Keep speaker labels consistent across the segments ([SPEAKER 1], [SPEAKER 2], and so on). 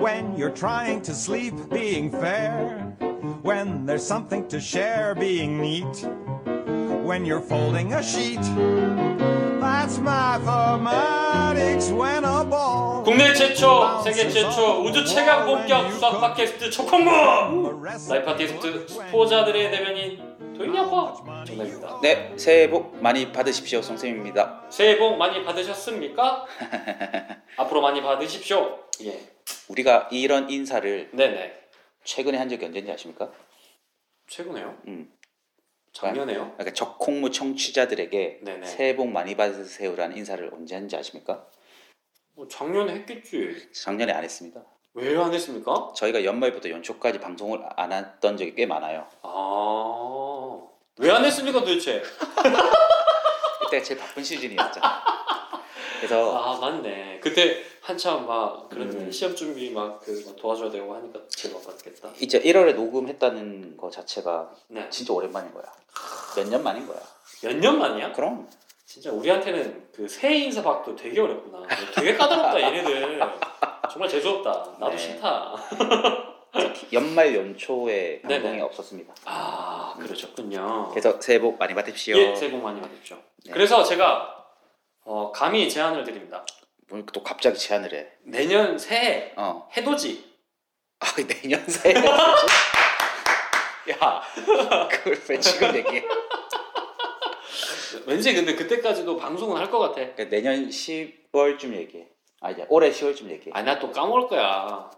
[SPEAKER 1] when you're trying to sleep, being fair. When there's something to share, being neat. When you're folding a sheet. That's mathematics when a ball.
[SPEAKER 2] 국내 최초, 아, 세계 최초, 우주 최강 본격 수학 팟캐스트 초콩무! 라이프 아티스트 수포자들의 대변인 도인양과 정답입니다.
[SPEAKER 3] 네, 새해 복 많이 받으십시오, 송쌤입니다.
[SPEAKER 2] 새해 복 많이 받으셨습니까? 앞으로 많이 받으십시오. 예.
[SPEAKER 3] 우리가 이런 인사를
[SPEAKER 2] 네네.
[SPEAKER 3] 최근에 한 적이 언제인지 아십니까?
[SPEAKER 2] 최근에요?
[SPEAKER 3] 음,
[SPEAKER 2] 작년에요?
[SPEAKER 3] 그러니까 적콩무 청취자들에게
[SPEAKER 2] 네네.
[SPEAKER 3] 새해 복 많이 받으세요라는 인사를 언제 했는지 아십니까?
[SPEAKER 2] 뭐 작년에 했겠지.
[SPEAKER 3] 작년에 안 했습니다.
[SPEAKER 2] 왜 안 했습니까?
[SPEAKER 3] 저희가 연말부터 연초까지 방송을 안 했던 적이 꽤 많아요.
[SPEAKER 2] 아. 왜 안 했습니까 도대체?
[SPEAKER 3] 그때가 제일 바쁜 시즌이었죠. 그래서
[SPEAKER 2] 아 맞네. 그때 한참 막 그런
[SPEAKER 3] 음.
[SPEAKER 2] 시험 준비 막 그 도와줘야 되고 하니까 제일 바빴겠다.
[SPEAKER 3] 이제 1월에 녹음했다는 거 자체가
[SPEAKER 2] 네.
[SPEAKER 3] 진짜 오랜만인 거야. 몇 년 만인 거야.
[SPEAKER 2] 몇 년 만이야?
[SPEAKER 3] 그럼
[SPEAKER 2] 진짜 우리한테는 그 새해 인사 받도 되게 어렵구나. 되게 까다롭다 얘네들. 정말 재수 없다. 나도
[SPEAKER 3] 네.
[SPEAKER 2] 싫다.
[SPEAKER 3] 연말 연초에 방송이
[SPEAKER 2] 네네.
[SPEAKER 3] 없었습니다.
[SPEAKER 2] 아 그러셨군요.
[SPEAKER 3] 그래서 새해 복 많이 받으십시오.
[SPEAKER 2] 예, 새해 복 많이 받으십시오.
[SPEAKER 3] 네.
[SPEAKER 2] 그래서 제가 어, 감히 제안을 드립니다.
[SPEAKER 3] 뭘또 갑자기 제안을 해.
[SPEAKER 2] 내년 새해
[SPEAKER 3] 어.
[SPEAKER 2] 해돋이.
[SPEAKER 3] 아, 내년 새해.
[SPEAKER 2] 야,
[SPEAKER 3] 그걸 왜 지금 얘기해?
[SPEAKER 2] 왠지 근데 그때까지도 방송은 할 것 같아.
[SPEAKER 3] 그러니까 내년 10월쯤 얘기해. 아, 이제 올해 10월쯤 얘기해.
[SPEAKER 2] 아, 나 또 까먹을 거야.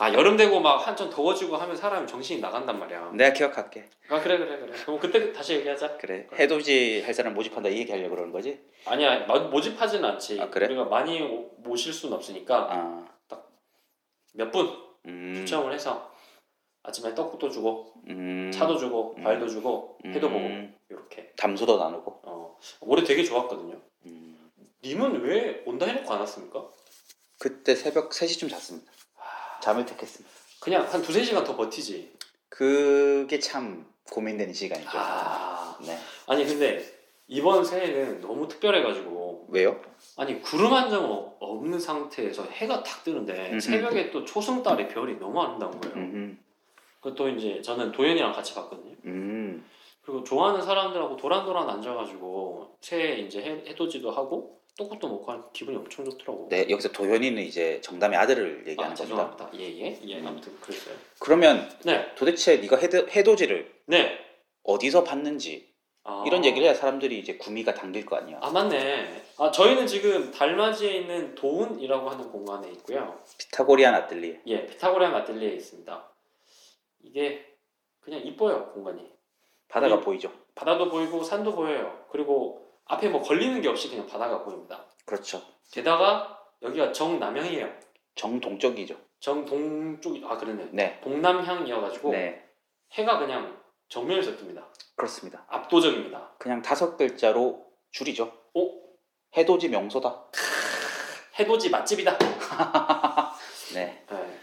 [SPEAKER 2] 아, 여름 되고 막 한참 더워지고 하면 사람이 정신이 나간단 말이야.
[SPEAKER 3] 내가 기억할게.
[SPEAKER 2] 아, 그래, 그래, 그래. 그럼 그때 다시 얘기하자.
[SPEAKER 3] 그래. 해돋이 할 사람 모집한다 이 얘기 하려고 그러는 거지?
[SPEAKER 2] 아니야, 마- 모집하진 않지.
[SPEAKER 3] 아, 그래?
[SPEAKER 2] 우리가 많이 오- 모실 수는 없으니까
[SPEAKER 3] 아.
[SPEAKER 2] 몇 분
[SPEAKER 3] 음.
[SPEAKER 2] 추첨을 해서 아침에 떡국도 주고
[SPEAKER 3] 음.
[SPEAKER 2] 차도 주고
[SPEAKER 3] 음.
[SPEAKER 2] 과일도 주고 해도 보고
[SPEAKER 3] 음.
[SPEAKER 2] 이렇게.
[SPEAKER 3] 담소도 나누고.
[SPEAKER 2] 어, 올해 되게 좋았거든요.
[SPEAKER 3] 음.
[SPEAKER 2] 님은 왜 온다 해놓고 안 왔습니까?
[SPEAKER 3] 그때 새벽 3시쯤 잤습니다.
[SPEAKER 2] 아.
[SPEAKER 3] 잠을 택했습니다.
[SPEAKER 2] 그냥 한 두세 시간 더 버티지.
[SPEAKER 3] 그게 참 고민되는 시간이죠.
[SPEAKER 2] 아.
[SPEAKER 3] 네.
[SPEAKER 2] 아니, 근데 이번 새해는 너무 특별해가지고.
[SPEAKER 3] 왜요?
[SPEAKER 2] 아니, 구름 한 점 없는 상태에서 해가 탁 뜨는데
[SPEAKER 3] 음,
[SPEAKER 2] 새벽에 또 초승달의 별이 너무 아름다운 거예요.
[SPEAKER 3] 음.
[SPEAKER 2] 그것도 이제 저는 도현이랑 같이 봤거든요.
[SPEAKER 3] 음.
[SPEAKER 2] 그리고 좋아하는 사람들하고 도란도란 앉아가지고 새해 이제 해, 해돋이도 하고 떡국도 먹고 하니까 기분이 엄청 좋더라고.
[SPEAKER 3] 네, 여기서 도현이는 이제 정담의 아들을
[SPEAKER 2] 아,
[SPEAKER 3] 얘기하는 겁니다.
[SPEAKER 2] 죄송합니다. 예, 예. 예,
[SPEAKER 3] 음.
[SPEAKER 2] 아무튼 그랬어요.
[SPEAKER 3] 그러면
[SPEAKER 2] 네,
[SPEAKER 3] 도대체 네가 해도, 해돋이를
[SPEAKER 2] 네.
[SPEAKER 3] 어디서 봤는지
[SPEAKER 2] 아.
[SPEAKER 3] 이런 얘기를 해야 사람들이 이제 구미가 당길 거 아니야.
[SPEAKER 2] 아 맞네. 아 저희는 지금 달맞이에 있는 도운이라고 하는 공간에 있고요.
[SPEAKER 3] 피타고리안 아틀리에.
[SPEAKER 2] 예, 피타고리안 아틀리에 있습니다. 이게 그냥 이뻐요 공간이.
[SPEAKER 3] 바다가
[SPEAKER 2] 네.
[SPEAKER 3] 보이죠.
[SPEAKER 2] 바다도 보이고 산도 보여요. 그리고 앞에 뭐 걸리는 게 없이 그냥 바다가 보입니다.
[SPEAKER 3] 그렇죠.
[SPEAKER 2] 게다가 여기가 정남향이에요.
[SPEAKER 3] 정동적이죠.
[SPEAKER 2] 정동쪽이 아 그러네.
[SPEAKER 3] 네.
[SPEAKER 2] 동남향이어가지고
[SPEAKER 3] 네.
[SPEAKER 2] 해가 그냥 정면에서 뜹니다.
[SPEAKER 3] 그렇습니다.
[SPEAKER 2] 압도적입니다.
[SPEAKER 3] 그냥 다섯 글자로 줄이죠.
[SPEAKER 2] 오?
[SPEAKER 3] 해돋이 명소다.
[SPEAKER 2] 해돋이 맛집이다.
[SPEAKER 3] 네.
[SPEAKER 2] 네.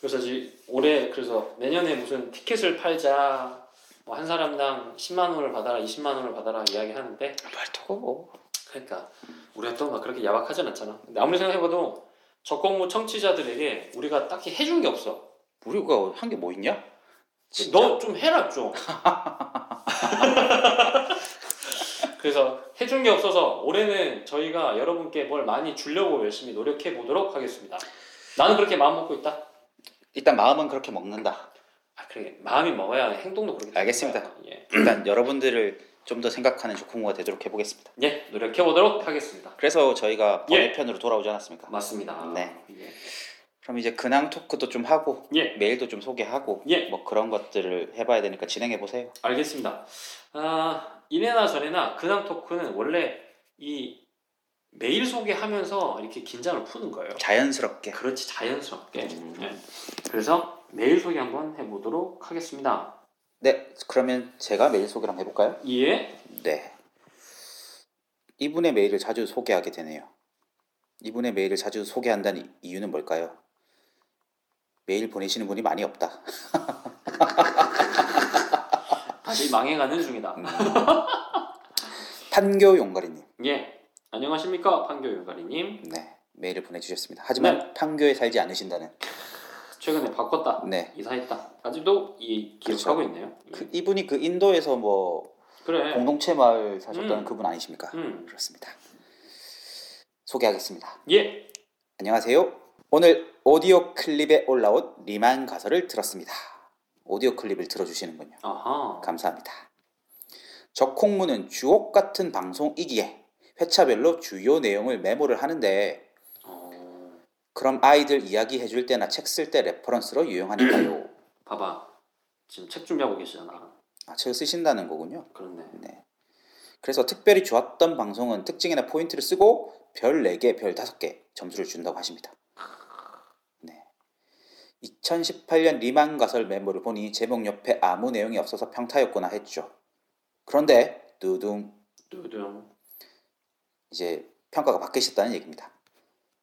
[SPEAKER 2] 그래서 이제 올해 그래서 내년에 무슨 티켓을 팔자 뭐 한 사람당 10만 원을 받아라 20만 원을 받아라 이야기하는데
[SPEAKER 3] 말투고.
[SPEAKER 2] 그러니까 우리가 또 막 그렇게 야박하진 않잖아 근데 아무리 생각해봐도 적공무 청취자들에게 우리가 딱히 해준 게 없어
[SPEAKER 3] 우리가 한 게 뭐 있냐? 진짜?
[SPEAKER 2] 너 좀 해라 좀 그래서 해준 게 없어서 올해는 저희가 여러분께 뭘 많이 주려고 열심히 노력해 보도록 하겠습니다 나는 그렇게 마음 먹고 있다
[SPEAKER 3] 일단 마음은 그렇게 먹는다.
[SPEAKER 2] 아 그래 마음이 먹어야 행동도 그렇게
[SPEAKER 3] 알겠습니다.
[SPEAKER 2] 되는 거야. 예,
[SPEAKER 3] 일단 여러분들을 좀 더 생각하는 조콩모가 되도록 해보겠습니다.
[SPEAKER 2] 예 노력해 보도록 하겠습니다
[SPEAKER 3] 그래서 저희가
[SPEAKER 2] 예.
[SPEAKER 3] 번외편으로 돌아오지 않았습니까?
[SPEAKER 2] 맞습니다
[SPEAKER 3] 네.
[SPEAKER 2] 예.
[SPEAKER 3] 그럼 이제 근황 토크도 좀 하고
[SPEAKER 2] 예.
[SPEAKER 3] 메일도 좀 소개하고
[SPEAKER 2] 예.
[SPEAKER 3] 뭐 그런 것들을 해봐야 되니까 진행해 보세요.
[SPEAKER 2] 알겠습니다 아 이래나 저래나 근황 토크는 원래 이 매일 소개하면서 이렇게 긴장을 푸는 거예요
[SPEAKER 3] 자연스럽게.
[SPEAKER 2] 그렇지 자연스럽게
[SPEAKER 3] 음.
[SPEAKER 2] 예. 그래서 매일 소개 한번 해보도록 하겠습니다
[SPEAKER 3] 네, 그러면 제가 메일 소개를 한번 해볼까요?
[SPEAKER 2] 예
[SPEAKER 3] 네. 이분의 메일을 자주 소개하게 되네요. 이분의 메일을 자주 소개한다는 이- 이유는 뭘까요? 메일 보내시는 분이 많이 없다.
[SPEAKER 2] 아직 망해가는 중이다
[SPEAKER 3] 음. 판교 용가리님,
[SPEAKER 2] 예 안녕하십니까 판교 유가리님 네.
[SPEAKER 3] 네 메일을 보내주셨습니다. 하지만 판교에 살지 않으신다는
[SPEAKER 2] 최근에 바꿨다.
[SPEAKER 3] 네.
[SPEAKER 2] 이사했다. 아직도 이 기억하고 있네요. 예.
[SPEAKER 3] 그 이분이 그 인도에서 뭐
[SPEAKER 2] 그래.
[SPEAKER 3] 공동체 마을 사셨다는
[SPEAKER 2] 음.
[SPEAKER 3] 그분 아니십니까?
[SPEAKER 2] 음.
[SPEAKER 3] 그렇습니다. 소개하겠습니다.
[SPEAKER 2] 예.
[SPEAKER 3] 안녕하세요. 오늘 오디오 클립에 올라온 리만 가사를 들었습니다. 오디오 클립을 들어주시는군요.
[SPEAKER 2] 아하.
[SPEAKER 3] 감사합니다. 적콩무는 주옥 같은 방송이기에 회차별로 주요 내용을 메모를 하는데
[SPEAKER 2] 어,
[SPEAKER 3] 그럼 아이들 이야기 해줄 때나 책 쓸 때 레퍼런스로 유용하니까요.
[SPEAKER 2] 봐봐. 지금 책 준비하고 계시잖아.
[SPEAKER 3] 아, 책을 쓰신다는 거군요.
[SPEAKER 2] 그렇네.
[SPEAKER 3] 네. 그래서 특별히 좋았던 방송은 특징이나 포인트를 쓰고 별 4개, 별 5개 점수를 준다고 하십니다. 네. 2018년 리만 가설 메모를 보니 제목 옆에 아무 내용이 없어서 평타였구나 했죠. 그런데 두둥
[SPEAKER 2] 두둥.
[SPEAKER 3] 이제 평가가 바뀌셨다는 얘기입니다.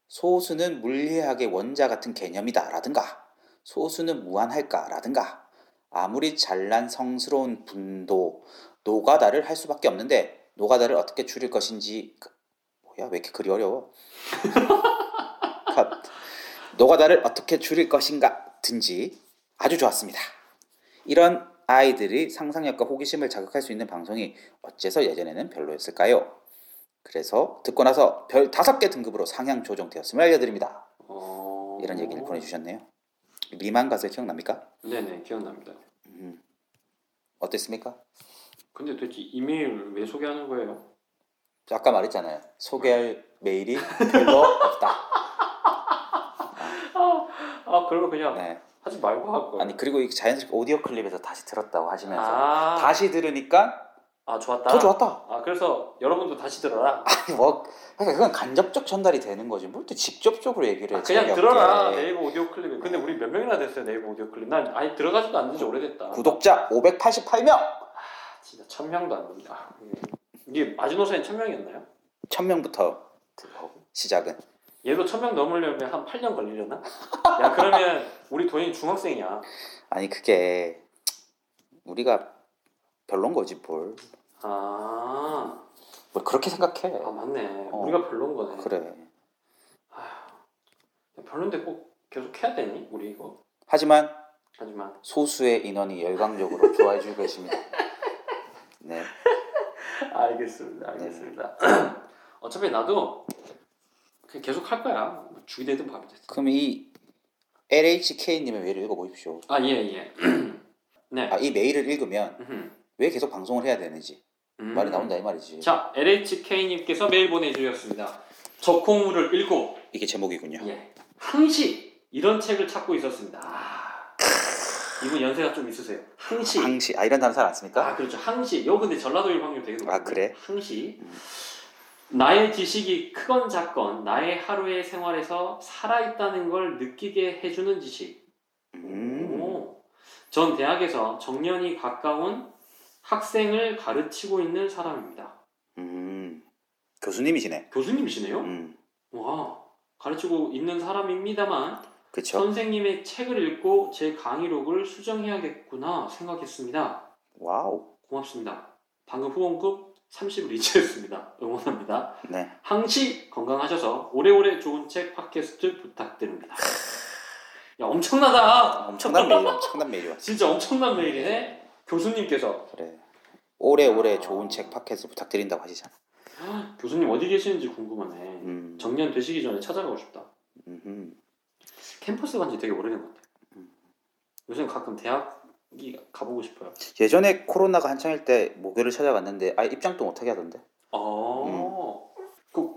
[SPEAKER 3] 소수는 물리학의 원자 같은 개념이다라든가 소수는 무한할까라든가 아무리 잘난 성스러운 분도 노가다를 할 수밖에 없는데 노가다를 어떻게 줄일 것인지 그- 뭐야 왜 이렇게 그리 어려워? 컷. 노가다를 어떻게 줄일 것인가 등지 아주 좋았습니다. 이런 아이들이 상상력과 호기심을 자극할 수 있는 방송이 어째서 예전에는 별로였을까요? 그래서 듣고 나서 별 다섯 개 등급으로 상향 조정되었음을 알려드립니다.
[SPEAKER 2] 어...
[SPEAKER 3] 이런 얘기를 보내주셨네요. 리만 가서 기억납니까?
[SPEAKER 2] 네네 기억납니다.
[SPEAKER 3] 음. 어땠습니까?
[SPEAKER 2] 근데 도대체 이메일 왜 소개하는 거예요?
[SPEAKER 3] 아까 말했잖아요. 소개할 메일이 별로 없다.
[SPEAKER 2] 아 그러면 그냥
[SPEAKER 3] 네.
[SPEAKER 2] 하지 말고 할 걸.
[SPEAKER 3] 아니 그리고 이 자연스럽게 오디오 클립에서 다시 들었다고 하시면서
[SPEAKER 2] 아,
[SPEAKER 3] 다시 들으니까
[SPEAKER 2] 아 좋았다.
[SPEAKER 3] 더 좋았다.
[SPEAKER 2] 아 그래서 여러분도 다시 들어라.
[SPEAKER 3] 아니 뭐 그러니까 그건 간접적 전달이 되는 거지. 뭘 또 직접적으로 얘기를 해.
[SPEAKER 2] 아, 그냥
[SPEAKER 3] 재미없게.
[SPEAKER 2] 들어라 네이버 오디오 클립에. 근데 우리 몇 명이나 됐어요 네이버 오디오 클립. 난 아예 들어가지도 않은 지 오래됐다.
[SPEAKER 3] 구독자 588명.
[SPEAKER 2] 아, 진짜 천 명도 안 됩니다. 예. 이게 마지노선이 천 명이었나요?
[SPEAKER 3] 1000명부터 시작은
[SPEAKER 2] 얘도 천 명 넘으려면 한 8년 걸리려나? 야 그러면 우리 도현이 중학생이야.
[SPEAKER 3] 아니 그게 우리가 별론 거지 뭘.
[SPEAKER 2] 아,
[SPEAKER 3] 뭘 그렇게 생각해.
[SPEAKER 2] 아 맞네.
[SPEAKER 3] 어.
[SPEAKER 2] 우리가 별론 거네.
[SPEAKER 3] 그래.
[SPEAKER 2] 별론데 꼭 계속 해야 되니 우리 이거?
[SPEAKER 3] 하지만
[SPEAKER 2] 하지만
[SPEAKER 3] 소수의 인원이 열광적으로 좋아해 주고 계십니다. 네.
[SPEAKER 2] 알겠습니다. 알겠습니다. 음. 어차피 나도 그냥 계속 할 거야. 뭐 죽이 되든 밥이 되든.
[SPEAKER 3] 그럼 이 LHK님의 메일을 읽어보십시오.
[SPEAKER 2] 아, 예, 예. 네.
[SPEAKER 3] 아, 이 메일을 읽으면
[SPEAKER 2] 음.
[SPEAKER 3] 왜 계속 방송을 해야 되는지
[SPEAKER 2] 음.
[SPEAKER 3] 말이 나온다 이 말이지.
[SPEAKER 2] 자, LHK님께서 메일 보내주셨습니다. 적콩물을 읽고,
[SPEAKER 3] 이게 제목이군요.
[SPEAKER 2] 예. 항시 이런 책을 찾고 있었습니다. 아, 이분 연세가 좀 있으세요. 항시.
[SPEAKER 3] 항시. 아 이런 단어 잘 안
[SPEAKER 2] 아,
[SPEAKER 3] 씁니까?
[SPEAKER 2] 그렇죠. 항시. 요 근데 전라도 일방률 되게 높아요.
[SPEAKER 3] 아, 그래?
[SPEAKER 2] 항시.
[SPEAKER 3] 음.
[SPEAKER 2] 나의 지식이 크건 작건 나의 하루의 생활에서 살아있다는 걸 느끼게 해주는 지식. 그
[SPEAKER 3] 음.
[SPEAKER 2] 오, 전 대학에서 정년이 가까운 학생을 가르치고 있는 사람입니다.
[SPEAKER 3] 음. 교수님이시네.
[SPEAKER 2] 교수님이시네요?
[SPEAKER 3] 음.
[SPEAKER 2] 와, 가르치고 있는 사람입니다만
[SPEAKER 3] 그렇죠.
[SPEAKER 2] 선생님의 책을 읽고 제 강의록을 수정해야겠구나 생각했습니다.
[SPEAKER 3] 와우.
[SPEAKER 2] 고맙습니다. 방금 후원금 30을 이체했습니다. 응원합니다.
[SPEAKER 3] 네.
[SPEAKER 2] 항시 건강하셔서 오래오래 좋은 책 팟캐스트 부탁드립니다. 야, 엄청나다!
[SPEAKER 3] 엄청난 메일, 엄청난 메일 왔어.
[SPEAKER 2] 진짜 엄청난 메일이네. 교수님께서
[SPEAKER 3] 그래.
[SPEAKER 2] 아.
[SPEAKER 3] 오래오래 좋은 책 팟캐스트 부탁드린다고 하시잖아.
[SPEAKER 2] 교수님 어디 계시는지 궁금하네.
[SPEAKER 3] 음.
[SPEAKER 2] 정년 되시기 전에 찾아가고 싶다.
[SPEAKER 3] 음흠.
[SPEAKER 2] 캠퍼스 간지 되게 오래된 것 같아요.
[SPEAKER 3] 음.
[SPEAKER 2] 요즘 가끔 대학이 가보고 싶어요.
[SPEAKER 3] 예전에 코로나가 한창일 때 모교를 찾아갔는데 아예 입장도 못하게 하던데
[SPEAKER 2] 아,
[SPEAKER 3] 어.
[SPEAKER 2] 그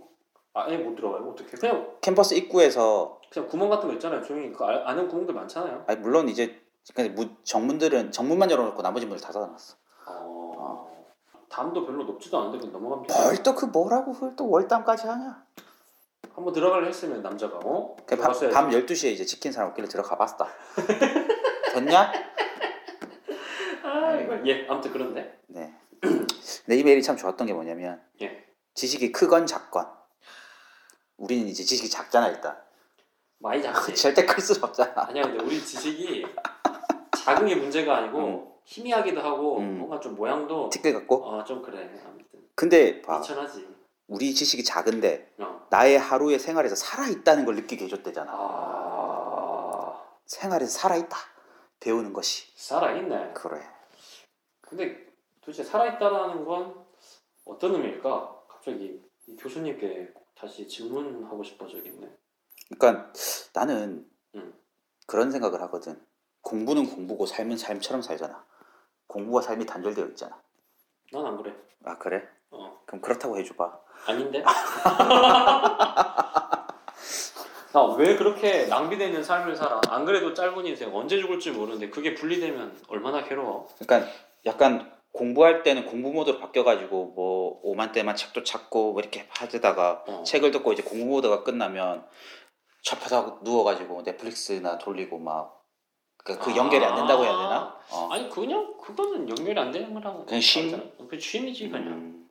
[SPEAKER 2] 아예 못 들어가요? 어떻게? 그냥
[SPEAKER 3] 캠퍼스 입구에서
[SPEAKER 2] 그냥 구멍 같은 거 있잖아요. 조용히 그 아- 아는 구멍들 많잖아요.
[SPEAKER 3] 아니 물론 이제 근데 문- 정문들은 정문만 열어놓고 나머지 문을 다 닫아놨어
[SPEAKER 2] 어. 담도 별로 높지도 않은데 그냥 넘어갑니다.
[SPEAKER 3] 벌떡 그 뭐라고 그걸 또 월담까지 하냐
[SPEAKER 2] 한번 들어가려 했으면 남자가 어?
[SPEAKER 3] 그 밤,
[SPEAKER 2] 들어갔어야지.
[SPEAKER 3] 밤 12시에 이제 지킨 사람 없길래 들어가 봤다 됐냐?
[SPEAKER 2] 아, 이거- 예, 아무튼 그런데.
[SPEAKER 3] 네 근데 이 메일이 참 좋았던 게 뭐냐면
[SPEAKER 2] 예.
[SPEAKER 3] 지식이 크건 작건 우리는 이제 지식이 작잖아 일단
[SPEAKER 2] 많이 작지.
[SPEAKER 3] 절대 클 수는 없잖아
[SPEAKER 2] 아니야 근데 우리 지식이 작은 게 문제가 아니고
[SPEAKER 3] 음.
[SPEAKER 2] 희미하기도 하고
[SPEAKER 3] 음.
[SPEAKER 2] 뭔가 좀 모양도
[SPEAKER 3] 티끌 같고
[SPEAKER 2] 어 좀 그래 아무튼
[SPEAKER 3] 근데 봐
[SPEAKER 2] 미천하지
[SPEAKER 3] 우리 지식이 작은데
[SPEAKER 2] 어.
[SPEAKER 3] 나의 하루의 생활에서 살아있다는 걸 느끼게 해줬대잖아
[SPEAKER 2] 아
[SPEAKER 3] 생활에서 살아있다. 배우는 것이.
[SPEAKER 2] 살아있네.
[SPEAKER 3] 그래.
[SPEAKER 2] 근데 도대체 살아있다라는 건 어떤 의미일까? 갑자기 이 교수님께 다시 질문하고 싶어져겠네.
[SPEAKER 3] 그러니까 나는
[SPEAKER 2] 음. 그런
[SPEAKER 3] 그런 생각을 하거든. 공부는 공부고 삶은 삶처럼 살잖아. 공부와 삶이 단절되어 있잖아.
[SPEAKER 2] 난 안 그래.
[SPEAKER 3] 아 그래?
[SPEAKER 2] 어.
[SPEAKER 3] 그럼 그렇다고 해줘봐.
[SPEAKER 2] 아닌데? 나 아, 왜 그렇게 낭비되는 삶을 살아? 안 그래도 짧은 인생 언제 죽을지 모르는데 그게 분리되면 얼마나 괴로워.
[SPEAKER 3] 그러니까 약간 공부할 때는 공부 모드로 바뀌어가지고 뭐 오만 때만 책도 찾고 뭐 이렇게 하다가
[SPEAKER 2] 어.
[SPEAKER 3] 책을 듣고 이제 공부 모드가 끝나면 좌파다 누워가지고 넷플릭스나 돌리고 막 그
[SPEAKER 2] 아.
[SPEAKER 3] 연결이 안 된다고 해야 되나? 어.
[SPEAKER 2] 아니 그냥 그거는 연결이 안 되는 거라고.
[SPEAKER 3] 그냥 쉼?
[SPEAKER 2] 그 쉼이지 그냥.
[SPEAKER 3] 음.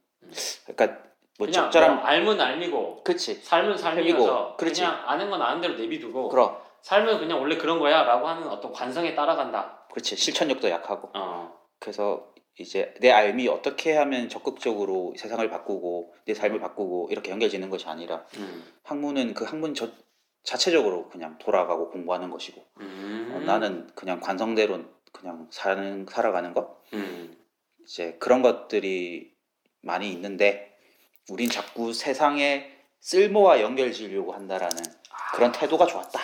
[SPEAKER 3] 그러니까 뭐
[SPEAKER 2] 그냥
[SPEAKER 3] 적절한
[SPEAKER 2] 뭐 알면 알미고
[SPEAKER 3] 그렇지.
[SPEAKER 2] 삶은 살면서
[SPEAKER 3] 살미고, 그렇지.
[SPEAKER 2] 그냥 아는 건 아는 대로 내비두고
[SPEAKER 3] 그럼
[SPEAKER 2] 삶은 그냥 원래 그런 거야라고 하는 어떤 관성에 따라간다.
[SPEAKER 3] 그렇지 실천력도 약하고
[SPEAKER 2] 어.
[SPEAKER 3] 그래서 이제 내 삶이 어떻게 하면 적극적으로 세상을 바꾸고 내 삶을 바꾸고 이렇게 연결지는 것이 아니라
[SPEAKER 2] 음.
[SPEAKER 3] 학문은 그 학문 저, 자체적으로 그냥 돌아가고 공부하는 것이고
[SPEAKER 2] 음.
[SPEAKER 3] 어, 나는 그냥 관성대로 그냥 사는 살아가는 것
[SPEAKER 2] 음.
[SPEAKER 3] 이제 그런 것들이 많이 있는데 우린 자꾸 세상에 쓸모와 연결지으려고 한다라는
[SPEAKER 2] 아.
[SPEAKER 3] 그런 태도가 좋았다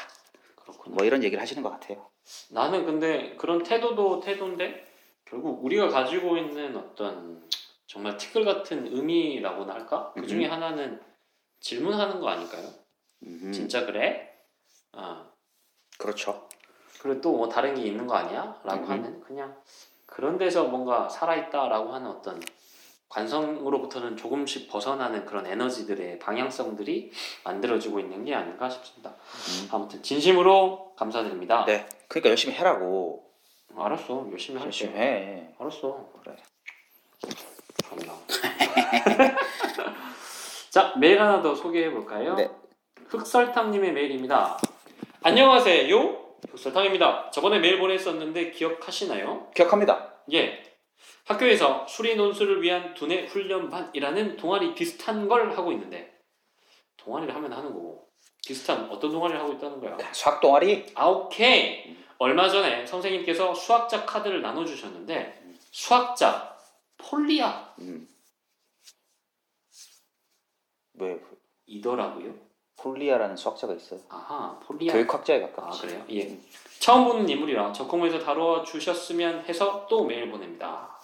[SPEAKER 2] 그렇구나.
[SPEAKER 3] 뭐 이런 얘기를 하시는 것 같아요.
[SPEAKER 2] 나는 근데 그런 태도도 태도인데 결국 우리가 가지고 있는 어떤 정말 티끌 같은 의미라고나 할까? 그 중에
[SPEAKER 3] 음.
[SPEAKER 2] 하나는 질문하는 거 아닐까요?
[SPEAKER 3] 음,
[SPEAKER 2] 진짜 그래? 아
[SPEAKER 3] 그렇죠.
[SPEAKER 2] 그리고 또 뭐 다른 게 있는 거 아니야? 라고
[SPEAKER 3] 음.
[SPEAKER 2] 하는 그냥 그런 데서 뭔가 살아있다라고 하는 어떤 관성으로부터는 조금씩 벗어나는 그런 에너지들의 방향성들이 만들어지고 있는 게 아닌가 싶습니다.
[SPEAKER 3] 음.
[SPEAKER 2] 아무튼 진심으로 감사드립니다.
[SPEAKER 3] 네, 그러니까 열심히 해라고
[SPEAKER 2] 알았어 아. 열심히 할게.
[SPEAKER 3] 열심히 해.
[SPEAKER 2] 알았어.
[SPEAKER 3] 그래.
[SPEAKER 2] 감사. 자, 메일 하나 더 소개해 볼까요?
[SPEAKER 3] 네.
[SPEAKER 2] 흑설탕님의 메일입니다. 안녕하세요. 흑설탕입니다. 저번에 메일 보냈었는데 기억하시나요?
[SPEAKER 3] 기억합니다.
[SPEAKER 2] 예. 학교에서 수리 논술을 위한 두뇌 훈련반이라는 동아리 비슷한 걸 하고 있는데 동아리를 하면 하는 거고 비슷한 어떤 동아리를 하고 있다는 거야?
[SPEAKER 3] 수학 동아리.
[SPEAKER 2] 아, 오케이. 얼마 전에 선생님께서 수학자 카드를 나눠주셨는데, 수학자, 폴리아,
[SPEAKER 3] 음. 왜
[SPEAKER 2] 이더라고요.
[SPEAKER 3] 폴리아라는 수학자가 있어요?
[SPEAKER 2] 아하, 폴리아.
[SPEAKER 3] 교육학자에
[SPEAKER 2] 아,
[SPEAKER 3] 가깝지.
[SPEAKER 2] 그래요? 예. 처음 보는 인물이라 적홍에서 다뤄 주셨으면 해서 또 메일 보냅니다.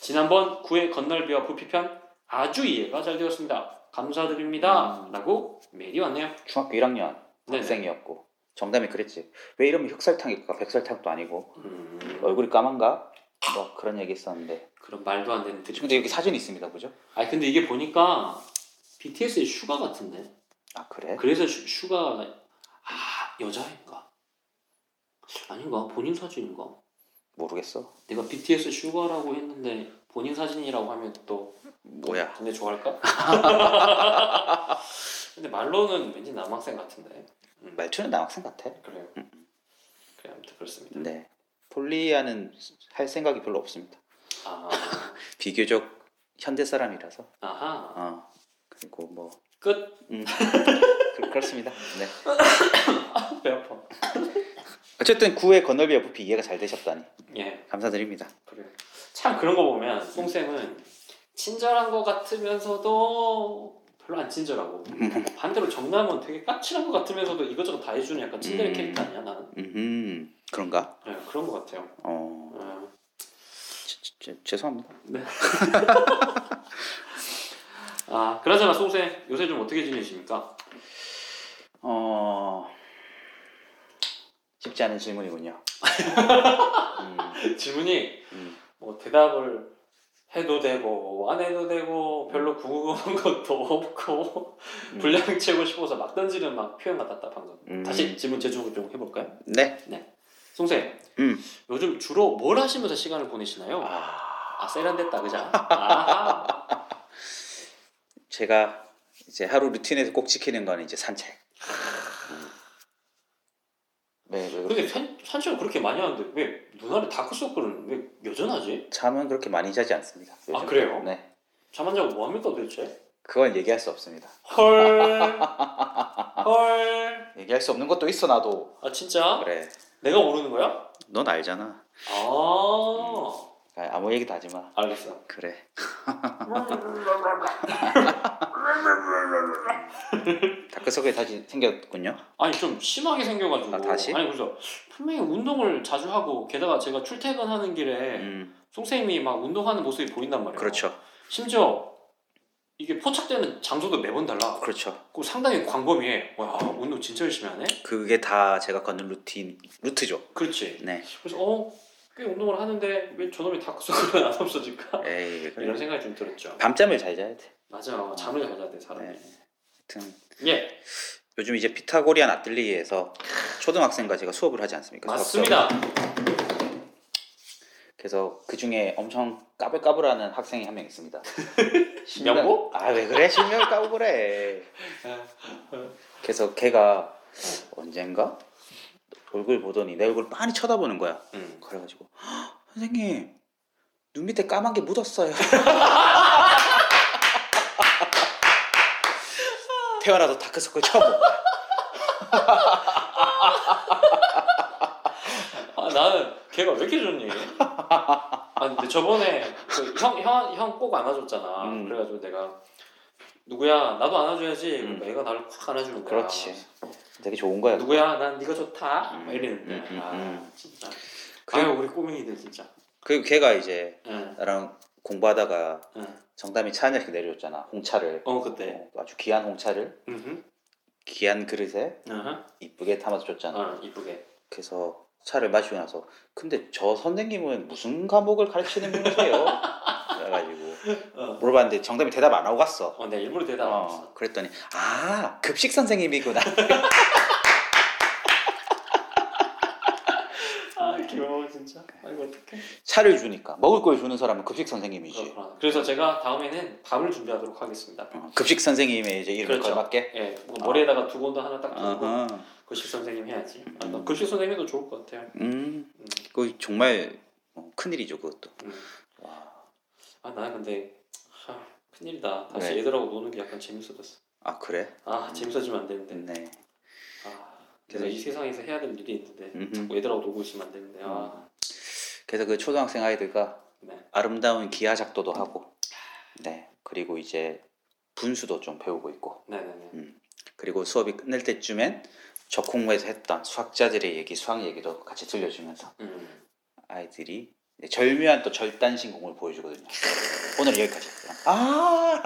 [SPEAKER 2] 지난번 구회 건널비와 부피편 아주 이해가 잘 되었습니다. 감사드립니다.
[SPEAKER 3] 음.
[SPEAKER 2] 라고 메일이 왔네요.
[SPEAKER 3] 중학교 1학년
[SPEAKER 2] 네네.
[SPEAKER 3] 학생이었고 정답이 그랬지. 왜 이름이 흑설탕일까? 백설탕도 아니고
[SPEAKER 2] 음,
[SPEAKER 3] 얼굴이 까만가? 뭐 그런 얘기 했었는데.
[SPEAKER 2] 그런 말도 안 되는 드립.
[SPEAKER 3] 근데 여기 사진이 있습니다, 그죠?
[SPEAKER 2] 아 근데 이게 보니까 BTS의 슈가 같은데?
[SPEAKER 3] 아 그래?
[SPEAKER 2] 그래서 슈- 슈가 아 여자인가 아닌가 본인 사진인가
[SPEAKER 3] 모르겠어.
[SPEAKER 2] 내가 BTS 슈가라고 했는데 본인 사진이라고 하면 또
[SPEAKER 3] 뭐야?
[SPEAKER 2] 근데 좋아할까? 근데 말로는 왠지 남학생 같은데
[SPEAKER 3] 말투는 남학생 같아.
[SPEAKER 2] 그래요 그래 아무튼 그렇습니다
[SPEAKER 3] 네. 폴리아는 할 생각이 별로 없습니다.
[SPEAKER 2] 아
[SPEAKER 3] 비교적 현대 사람이라서.
[SPEAKER 2] 아하
[SPEAKER 3] 어. 그리고 뭐
[SPEAKER 2] 끝배
[SPEAKER 3] 음. 그, 그렇습니다. 네.
[SPEAKER 2] 아파
[SPEAKER 3] 어쨌든 구의 건널비 FP 이해가 잘 되셨다니
[SPEAKER 2] 예
[SPEAKER 3] 감사드립니다.
[SPEAKER 2] 그래. 참 그런 거 보면 송쌤은 친절한 것 같으면서도 별로 안 친절하고 반대로 정남은 되게 까칠한 것 같으면서도 이것저것 다 해주는 약간 친절의
[SPEAKER 3] 음.
[SPEAKER 2] 캐릭터 아니야 나는
[SPEAKER 3] 음 그런가?
[SPEAKER 2] 예, 그런 것 같아요
[SPEAKER 3] 어
[SPEAKER 2] 예.
[SPEAKER 3] 제- 제- 제- 죄송합니다.
[SPEAKER 2] 아 그러잖아 송쌤 요새 좀 어떻게 지내십니까?
[SPEAKER 3] 어 쉽지 않은 질문이군요. 음,
[SPEAKER 2] 질문이
[SPEAKER 3] 음.
[SPEAKER 2] 뭐 대답을 해도 되고 뭐 안 해도 되고 별로 궁금한 것도 없고
[SPEAKER 3] 음.
[SPEAKER 2] 분량 채우고 싶어서 막 던지는 막 표현과 답답한 거
[SPEAKER 3] 음.
[SPEAKER 2] 다시 질문 재조금 좀 해볼까요?
[SPEAKER 3] 네.
[SPEAKER 2] 송쌤,
[SPEAKER 3] 음.
[SPEAKER 2] 요즘 주로 뭘 하시면서 시간을 보내시나요? 아,
[SPEAKER 3] 아
[SPEAKER 2] 세련됐다, 그죠? 아,
[SPEAKER 3] 제가 이제 하루 루틴에서 꼭 지키는 건 이제 산책. 음. 네, 왜
[SPEAKER 2] 근데 산, 산책을 그렇게 많이 하는데 왜 눈알에 다크서클은 왜 여전하지?
[SPEAKER 3] 잠은 그렇게 많이 자지 않습니다.
[SPEAKER 2] 아, 그래요?
[SPEAKER 3] 네,
[SPEAKER 2] 잠 안 자고 뭐 뭐합니까 도대체?
[SPEAKER 3] 그건 얘기할 수 없습니다.
[SPEAKER 2] 헐, 헐.
[SPEAKER 3] 얘기할 수 없는 것도 있어 나도.
[SPEAKER 2] 아 진짜?
[SPEAKER 3] 그래.
[SPEAKER 2] 내가 모르는 거야?
[SPEAKER 3] 넌 알잖아.
[SPEAKER 2] 아
[SPEAKER 3] 아, 아무 얘기도 하지 마.
[SPEAKER 2] 알겠어.
[SPEAKER 3] 그래. 다크서클이 다시 생겼군요.
[SPEAKER 2] 아니 좀 심하게 생겨가지고.
[SPEAKER 3] 아, 다시?
[SPEAKER 2] 아니 그죠. 분명히 운동을 자주 하고 게다가 제가 출퇴근하는 길에
[SPEAKER 3] 음,
[SPEAKER 2] 송 쌤이 막 운동하는 모습이 보인단 말이에요.
[SPEAKER 3] 그렇죠.
[SPEAKER 2] 심지어 이게 포착되는 장소도 매번 달라.
[SPEAKER 3] 그렇죠.
[SPEAKER 2] 그 상당히 광범위해. 와 운동 진짜 열심히 하네.
[SPEAKER 3] 그게 다 제가 걷는 루틴 루트죠.
[SPEAKER 2] 그렇지.
[SPEAKER 3] 네.
[SPEAKER 2] 그래서 어꽤 운동을 하는데 왜 저놈이 다크서클은 안 없어질까?
[SPEAKER 3] 에이,
[SPEAKER 2] 이런
[SPEAKER 3] 그래.
[SPEAKER 2] 생각이 좀 들었죠.
[SPEAKER 3] 밤잠을 잘 자야 돼. 네.
[SPEAKER 2] 맞아요. 잠을 잘 자야 돼 사람이.
[SPEAKER 3] 하여튼
[SPEAKER 2] 예
[SPEAKER 3] 요즘 이제 피타고리안 아틀리에에서 초등학생과 제가 수업을 하지 않습니까? 수업을.
[SPEAKER 2] 맞습니다.
[SPEAKER 3] 그래서 그 중에 엄청 까불까불하는 학생이 한 명 있습니다. 신명-
[SPEAKER 2] 명보?
[SPEAKER 3] 아 왜 그래 신명 까불해.
[SPEAKER 2] 예.
[SPEAKER 3] 그래서 걔가 언젠가 얼굴 보더니 내 얼굴 빤히 쳐다보는 거야.
[SPEAKER 2] 음.
[SPEAKER 3] 그래가지고 "헉, 선생님 눈 밑에 까만 게 묻었어요. 태어나서 다크서클 처음 본 거야.
[SPEAKER 2] 아 나는 걔가 왜 이렇게 좋니? 아 근데 저번에 그 형형형 꼭 안아줬잖아.
[SPEAKER 3] 음.
[SPEAKER 2] 그래가지고 내가 누구야 나도 안아줘야지.
[SPEAKER 3] 음.
[SPEAKER 2] 음. 애가 나를 확 안아주는 거야.
[SPEAKER 3] 그렇지. 되게 좋은 거야.
[SPEAKER 2] 누구야 난 네가 좋다.
[SPEAKER 3] 음.
[SPEAKER 2] 막 이랬는데
[SPEAKER 3] 음, 음,
[SPEAKER 2] 아
[SPEAKER 3] 음.
[SPEAKER 2] 진짜.
[SPEAKER 3] 그리고-
[SPEAKER 2] 아유 우리 꼬맹이들 진짜.
[SPEAKER 3] 그리고 걔가 이제
[SPEAKER 2] 응.
[SPEAKER 3] 나랑 공부하다가
[SPEAKER 2] 응.
[SPEAKER 3] 정담이 차 한 잔씩 내려줬잖아. 홍차를.
[SPEAKER 2] 어 그때.
[SPEAKER 3] 어, 아주 귀한 홍차를
[SPEAKER 2] 음.
[SPEAKER 3] 귀한 그릇에
[SPEAKER 2] 어
[SPEAKER 3] 이쁘게 담아서 줬잖아.
[SPEAKER 2] 이쁘게.
[SPEAKER 3] 그래서 차를 마시고 나서 근데 저 선생님은 무슨 과목을 가르치는 분이세요? 그래가지고
[SPEAKER 2] 어.
[SPEAKER 3] 물어봤는데 정답이 대답 안 하고 갔어.
[SPEAKER 2] 어 내가 일부러 대답 안 했어.
[SPEAKER 3] 어, 그랬더니 아 급식 선생님이구나.
[SPEAKER 2] 아 귀여워 진짜. 아이고 어떡해.
[SPEAKER 3] 차를 주니까 먹을 걸 주는 사람은 급식 선생님이지.
[SPEAKER 2] 그렇구나. 그래서 제가 다음에는 밥을 준비하도록 하겠습니다.
[SPEAKER 3] 어, 급식 선생님의 이제 이름
[SPEAKER 2] 그렇죠.
[SPEAKER 3] 걸맞게.
[SPEAKER 2] 예, 뭐 머리에다가 두 건도 하나 딱 두고
[SPEAKER 3] 어허.
[SPEAKER 2] 글씨 선생님 해야지. 아, 나
[SPEAKER 3] 음.
[SPEAKER 2] 글씨 선생님도 좋을 것 같아요.
[SPEAKER 3] 음,
[SPEAKER 2] 음,
[SPEAKER 3] 그 정말 어, 큰일이죠 그것도.
[SPEAKER 2] 음.
[SPEAKER 3] 와,
[SPEAKER 2] 아, 나 근데 하, 큰일이다. 다시
[SPEAKER 3] 왜?
[SPEAKER 2] 얘들하고 노는 게 약간 재밌어졌어.
[SPEAKER 3] 아 그래?
[SPEAKER 2] 아,
[SPEAKER 3] 음.
[SPEAKER 2] 재밌어지면 안 되는데.
[SPEAKER 3] 네.
[SPEAKER 2] 아,
[SPEAKER 3] 그래서
[SPEAKER 2] 그래서 이 세상에서 해야 될 일이 있는데
[SPEAKER 3] 음흠. 음.
[SPEAKER 2] 자꾸 얘들하고 놀고 있으면 안 되는데. 아,
[SPEAKER 3] 그래서 그 초등학생 아이들과
[SPEAKER 2] 네.
[SPEAKER 3] 아름다운 기하 작도도 하고, 네 그리고 이제 분수도 좀 배우고 있고,
[SPEAKER 2] 네네네.
[SPEAKER 3] 그리고 수업이 끝날 때쯤엔 적홍무에서 했던 수학자들의 얘기, 수학 얘기도 같이 들려주면서
[SPEAKER 2] 음.
[SPEAKER 3] 아이들이 이제 절묘한 또 절단신 공을 보여주거든요. 오늘 여기까지. 아,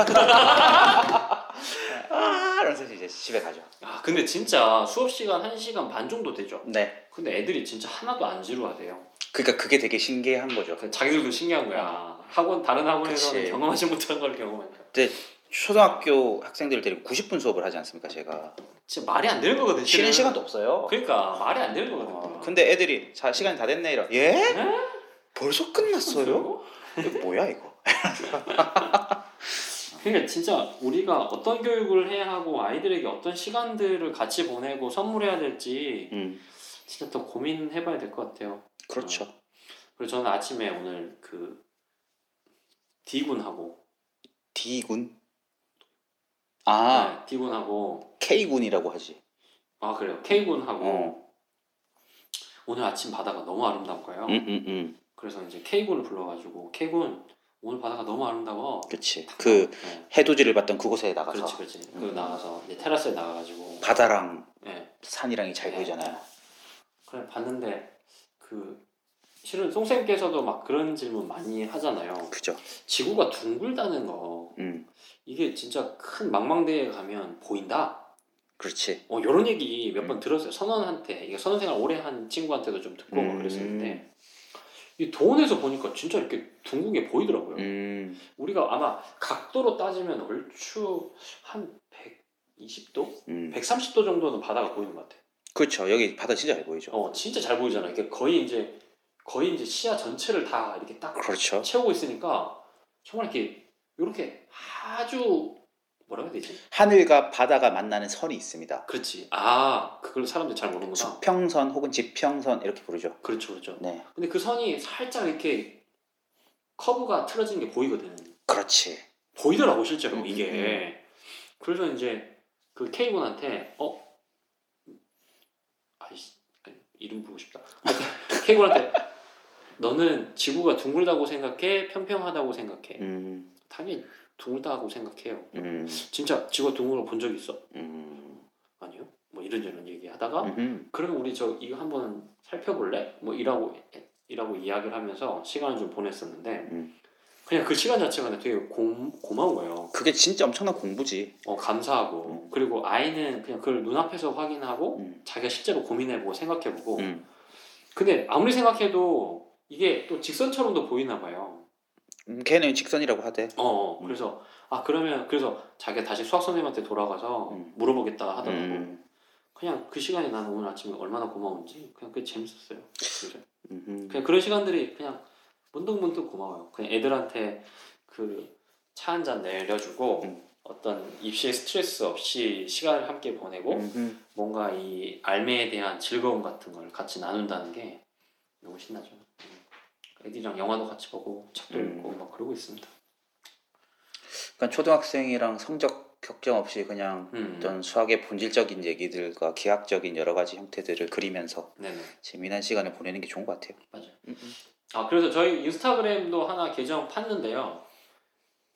[SPEAKER 3] 아, 이러면서 이제 집에 가죠.
[SPEAKER 2] 아, 근데 진짜 수업 시간 1시간 반 정도 되죠.
[SPEAKER 3] 네,
[SPEAKER 2] 근데 애들이 진짜 하나도 안 지루하대요.
[SPEAKER 3] 그러니까 그게 되게 신기한 거죠.
[SPEAKER 2] 그러니까 자기들도 신기한 거야. 학원 다른 학원에서는
[SPEAKER 3] 아. 그치.
[SPEAKER 2] 경험하지 못한 걸 경험하니까.
[SPEAKER 3] 초등학교 학생들 데리고 90분 수업을 하지 않습니까, 제가?
[SPEAKER 2] 진짜 말이 안 되는 거거든.
[SPEAKER 3] 쉬는
[SPEAKER 2] 실은.
[SPEAKER 3] 시간도 없어요.
[SPEAKER 2] 그러니까 말이 안 되는 거거든.
[SPEAKER 3] 어,
[SPEAKER 2] 요
[SPEAKER 3] 근데 애들이 자, 시간이 다 됐네 이러. 예?
[SPEAKER 2] 에?
[SPEAKER 3] 벌써 끝났어요? 이거 뭐야 이거?
[SPEAKER 2] 그러니까 진짜 우리가 어떤 교육을 해야 하고 아이들에게 어떤 시간들을 같이 보내고 선물해야 될지
[SPEAKER 3] 음,
[SPEAKER 2] 진짜 더 고민해봐야 될 것 같아요.
[SPEAKER 3] 그렇죠.
[SPEAKER 2] 그리고 저는 아침에 오늘 그 D군하고
[SPEAKER 3] D 군. 아,
[SPEAKER 2] 네, D군하고
[SPEAKER 3] K 군이라고 하지.
[SPEAKER 2] 아 그래요 K군하고
[SPEAKER 3] 어,
[SPEAKER 2] 오늘 아침 바다가 너무 아름다운 거예요.
[SPEAKER 3] 음, 음, 음.
[SPEAKER 2] 그래서 이제 K군을 불러가지고 K군 오늘 바다가 너무 아름다워.
[SPEAKER 3] 그렇지. 그
[SPEAKER 2] 네,
[SPEAKER 3] 해돋이를 봤던 그곳에 나가서
[SPEAKER 2] 그렇지 그렇지. 그
[SPEAKER 3] 음.
[SPEAKER 2] 나가서 이제 테라스에 나가가지고
[SPEAKER 3] 바다랑
[SPEAKER 2] 네,
[SPEAKER 3] 산이랑이 잘
[SPEAKER 2] 네.
[SPEAKER 3] 보이잖아요.
[SPEAKER 2] 그래 봤는데 그 실은 송쌤께서도 막 그런 질문 많이 하잖아요.
[SPEAKER 3] 그죠.
[SPEAKER 2] 지구가 둥글다는 거
[SPEAKER 3] 음,
[SPEAKER 2] 이게 진짜 큰 망망대에 가면 보인다.
[SPEAKER 3] 그렇지.
[SPEAKER 2] 어 이런 얘기 몇 번
[SPEAKER 3] 음.
[SPEAKER 2] 들었어요. 선원한테 이게 선원생활 오래 한 친구한테도 좀 듣고 막
[SPEAKER 3] 음.
[SPEAKER 2] 그랬었는데 이 도원에서 보니까 진짜 이렇게 둥근 게 보이더라고요.
[SPEAKER 3] 음,
[SPEAKER 2] 우리가 아마 각도로 따지면 얼추 한 120도,
[SPEAKER 3] 음.
[SPEAKER 2] 130도 정도는 바다가 보이는 것 같아. 요
[SPEAKER 3] 그렇죠. 여기 바다 진짜 잘 보이죠.
[SPEAKER 2] 어 진짜 잘 보이잖아. 이게 거의 이제 거의 이제 시야 전체를 다 이렇게 딱
[SPEAKER 3] 그렇죠.
[SPEAKER 2] 채우고 있으니까 정말 이렇게 이렇게 아주 뭐라고 해야 되지?
[SPEAKER 3] 하늘과 바다가 만나는 선이 있습니다.
[SPEAKER 2] 그렇지. 아 그걸 사람들이 잘 모르는구나.
[SPEAKER 3] 수평선 혹은 지평선 이렇게 부르죠.
[SPEAKER 2] 그렇죠, 그렇죠.
[SPEAKER 3] 네,
[SPEAKER 2] 근데 그 선이 살짝 이렇게 커브가 틀어진 게 보이거든.
[SPEAKER 3] 그렇지.
[SPEAKER 2] 보이더라고 실제로
[SPEAKER 3] 음,
[SPEAKER 2] 이게. 그래서 이제 그 케이군한테 어 아이씨 이름 부르고 싶다. 케이군한테 너는 지구가 둥글다고 생각해, 평평하다고 생각해.
[SPEAKER 3] 음,
[SPEAKER 2] 당연히 둥글다고 생각해요.
[SPEAKER 3] 음,
[SPEAKER 2] 진짜 지구가 둥글어 본 적 있어?
[SPEAKER 3] 음,
[SPEAKER 2] 아니요. 뭐 이런저런 얘기하다가
[SPEAKER 3] 음,
[SPEAKER 2] 그러면 우리 저 이거 한번 살펴볼래? 뭐 이라고 이라고 이야기를 하면서 시간을 좀 보냈었는데
[SPEAKER 3] 음.
[SPEAKER 2] 그냥 그 시간 자체가 근데 되게 고, 고마운 거예요.
[SPEAKER 3] 그게 진짜 엄청난 공부지.
[SPEAKER 2] 어, 감사하고
[SPEAKER 3] 음.
[SPEAKER 2] 그리고 아이는 그냥 그걸 눈앞에서 확인하고
[SPEAKER 3] 음,
[SPEAKER 2] 자기가 실제로 고민해보고 생각해보고
[SPEAKER 3] 음.
[SPEAKER 2] 근데 아무리 생각해도 이게 또 직선처럼도 보이나 봐요.
[SPEAKER 3] 음, 걔는 직선이라고 하대.
[SPEAKER 2] 어, 어,
[SPEAKER 3] 음.
[SPEAKER 2] 그래서 아 그러면 그래서 자기가 다시 수학 선생님한테 돌아가서
[SPEAKER 3] 음.
[SPEAKER 2] 물어보겠다 하더라고.
[SPEAKER 3] 음,
[SPEAKER 2] 그냥 그 시간이 나는 오늘 아침에 얼마나 고마운지 그냥 그게 재밌었어요. 진짜.
[SPEAKER 3] 음,
[SPEAKER 2] 그냥 그런 시간들이 그냥 문득문득 고마워요. 그냥 애들한테 그 차 한 잔 내려주고
[SPEAKER 3] 음.
[SPEAKER 2] 어떤 입시에 스트레스 없이 시간을 함께 보내고
[SPEAKER 3] 음,
[SPEAKER 2] 뭔가 이 알매에 대한 즐거움 같은 걸 같이 나눈다는 게 너무 신나죠. 음. 애들이랑 영화도 같이 보고 책도
[SPEAKER 3] 음.
[SPEAKER 2] 읽고 막 그러고 있습니다.
[SPEAKER 3] 그러니까 초등학생이랑 성적 격정 없이 그냥
[SPEAKER 2] 음.
[SPEAKER 3] 어떤 수학의 본질적인 얘기들과 기하학적인 여러 가지 형태들을 그리면서
[SPEAKER 2] 네네
[SPEAKER 3] 재미난 시간을 보내는 게 좋은 것 같아요.
[SPEAKER 2] 맞아요.
[SPEAKER 3] 음, 음.
[SPEAKER 2] 아 그래서 저희 인스타그램도 하나 계정 팠는데요.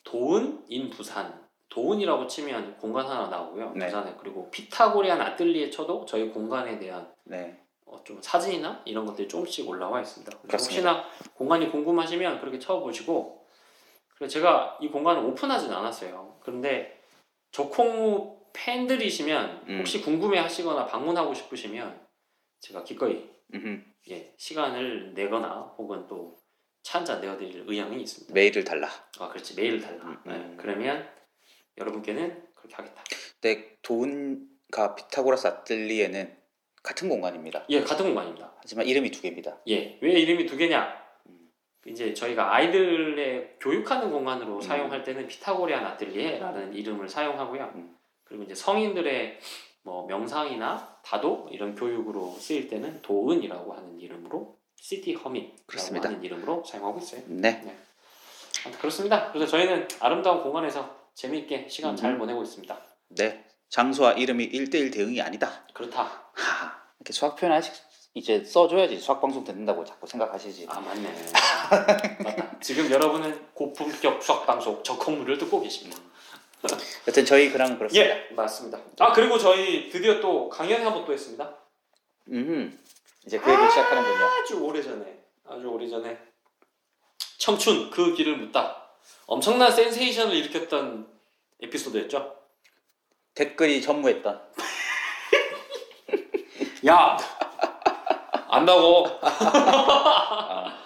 [SPEAKER 2] 도은 인 부산 도은이라고 치면 공간 하나 나오고요.
[SPEAKER 3] 네.
[SPEAKER 2] 부산에 그리고 피타고리안 아뜰리에 쳐도 저희 공간에 대한
[SPEAKER 3] 네,
[SPEAKER 2] 어, 좀 사진이나 이런 것들이 조금씩 올라와 있습니다. 그래서
[SPEAKER 3] 그렇습니다.
[SPEAKER 2] 혹시나 공간이 궁금하시면 그렇게 쳐보시고 그리고 제가 이 공간을 오픈하진 않았어요. 그런데 저콩우 팬들이시면
[SPEAKER 3] 음.
[SPEAKER 2] 혹시 궁금해하시거나 방문하고 싶으시면 제가 기꺼이
[SPEAKER 3] 음, 음.
[SPEAKER 2] 예, 시간을 내거나 혹은 또 차 한잔 내어드릴 의향이 있습니다.
[SPEAKER 3] 메일을 달라.
[SPEAKER 2] 아 그렇지 메일을 달라.
[SPEAKER 3] 음.
[SPEAKER 2] 예, 그러면 여러분께는 그렇게 하겠다.
[SPEAKER 3] 근데 도운과 피타고라스 아틀리에는 같은 공간입니다.
[SPEAKER 2] 예 같은 공간입니다.
[SPEAKER 3] 하지만 이름이 두 개입니다.
[SPEAKER 2] 예, 왜 이름이 두 개냐?
[SPEAKER 3] 음.
[SPEAKER 2] 이제 저희가 아이들의 교육하는 공간으로
[SPEAKER 3] 음.
[SPEAKER 2] 사용할 때는 피타고리안 아틀리에라는 이름을 사용하고요.
[SPEAKER 3] 음.
[SPEAKER 2] 그리고 이제 성인들의 뭐 명상이나 다도 이런 교육으로 쓰일 때는 도은이라고 하는 이름으로 시티 허밋이라고
[SPEAKER 3] 그렇습니다.
[SPEAKER 2] 하는 이름으로 사용하고 있어요.
[SPEAKER 3] 네,
[SPEAKER 2] 아무튼 그렇습니다. 그래서 저희는 아름다운 공간에서 재미있게 시간 잘
[SPEAKER 3] 음.
[SPEAKER 2] 보내고 있습니다.
[SPEAKER 3] 네. 장소와 이름이 1대1 대응이 아니다.
[SPEAKER 2] 그렇다.
[SPEAKER 3] 하, 이렇게 수학 표현 아직 이제 써줘야지 수학 방송 듣는다고 자꾸 생각하시지.
[SPEAKER 2] 아 맞네. 맞다. 지금 여러분은 고품격 수학 방송 적콩물을 듣고 계십니다.
[SPEAKER 3] 여튼 저희 그랑은 그렇습니다.
[SPEAKER 2] 예, 맞습니다. 아 그리고 저희 드디어 또 강연 한번 또 했습니다.
[SPEAKER 3] 음, 이제 그 얘기를 시작하는군요.
[SPEAKER 2] 아주 오래 전에, 아주 오래 전에 청춘 그 길을 묻다. 엄청난 센세이션을 일으켰던 에피소드였죠.
[SPEAKER 3] 댓글이 전무했던.
[SPEAKER 2] 야, 안다고.
[SPEAKER 3] 아,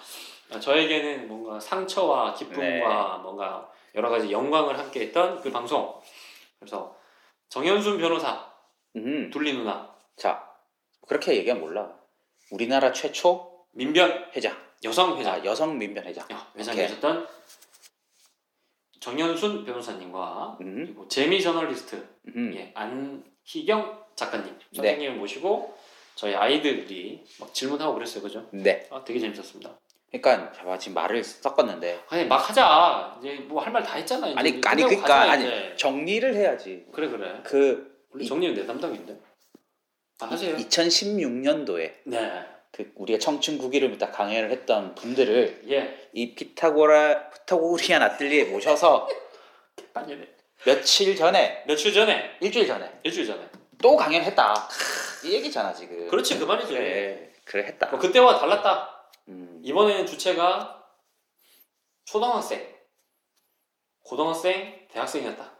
[SPEAKER 2] 아, 저에게는 뭔가 상처와 기쁨과
[SPEAKER 3] 네.
[SPEAKER 2] 뭔가 여러 가지 영광을 함께했던 그 방송. 그래서 정현순 변호사,
[SPEAKER 3] 음,
[SPEAKER 2] 둘리 누나,
[SPEAKER 3] 자 그렇게 얘기하면 몰라. 우리나라 최초
[SPEAKER 2] 민변
[SPEAKER 3] 회장,
[SPEAKER 2] 여성 회장.
[SPEAKER 3] 자 여성 민변 회장.
[SPEAKER 2] 야, 회장이셨던 정현순 변호사님과
[SPEAKER 3] 음,
[SPEAKER 2] 그리고 재미 저널리스트
[SPEAKER 3] 음,
[SPEAKER 2] 예, 안희경 작가님
[SPEAKER 3] 네.
[SPEAKER 2] 선생님을 모시고 저희 아이들이 막 질문하고 그랬어요, 그죠?
[SPEAKER 3] 네.
[SPEAKER 2] 아, 되게 재밌었습니다.
[SPEAKER 3] 그러니까 봐봐, 지금 말을 섞었는데
[SPEAKER 2] 아니 막 하자. 이제 뭐 할 말 다 했잖아. 이제
[SPEAKER 3] 아니
[SPEAKER 2] 이제
[SPEAKER 3] 아니
[SPEAKER 2] 끝내고
[SPEAKER 3] 그러니까
[SPEAKER 2] 가자,
[SPEAKER 3] 아니
[SPEAKER 2] 이제.
[SPEAKER 3] 정리를 해야지.
[SPEAKER 2] 그래 그래.
[SPEAKER 3] 그
[SPEAKER 2] 원래
[SPEAKER 3] 이-
[SPEAKER 2] 정리는 내 담당인데. 아,
[SPEAKER 3] 예.
[SPEAKER 2] 하세요.
[SPEAKER 3] 2016년도에
[SPEAKER 2] 네.
[SPEAKER 3] 그 우리가 청춘 구기를 묻다 강연을 했던 분들을
[SPEAKER 2] 예.
[SPEAKER 3] 이 피타고라 피타고리안 아틀리에 모셔서
[SPEAKER 2] 아니 네.
[SPEAKER 3] 며칠 전에
[SPEAKER 2] 며칠 전에
[SPEAKER 3] 일주일 전에
[SPEAKER 2] 일주일 전에.
[SPEAKER 3] 또 강연했다. 이 얘기잖아 지금.
[SPEAKER 2] 그렇지 그 말이죠.
[SPEAKER 3] 그래 그래 했다.
[SPEAKER 2] 뭐 그때와 달랐다.
[SPEAKER 3] 음,
[SPEAKER 2] 이번에는 주체가 초등학생, 고등학생, 대학생이었다.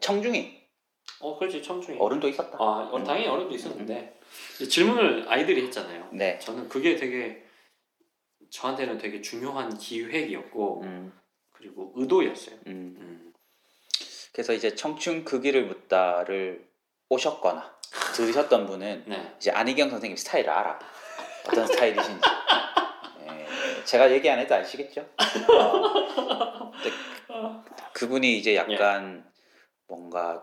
[SPEAKER 3] 청중이
[SPEAKER 2] 어, 그렇지, 청중이.
[SPEAKER 3] 어른도 있었다.
[SPEAKER 2] 아, 어, 당연히 어른도 있었는데 이제 질문을 아이들이 했잖아요.
[SPEAKER 3] 음. 네.
[SPEAKER 2] 저는 그게 되게 저한테는 되게 중요한 기획이었고
[SPEAKER 3] 음,
[SPEAKER 2] 그리고 의도였어요.
[SPEAKER 3] 음.
[SPEAKER 2] 음.
[SPEAKER 3] 그래서 이제 청춘 그 길을 묻다를 오셨거나 들으셨던 분은
[SPEAKER 2] 네,
[SPEAKER 3] 이제 안희경 선생님 스타일을 알아. 어떤 스타일이신지. 예, 제가 얘기 안 해도 아시겠죠? 어, 근데 그분이
[SPEAKER 2] 예.
[SPEAKER 3] 이제 약간 뭔가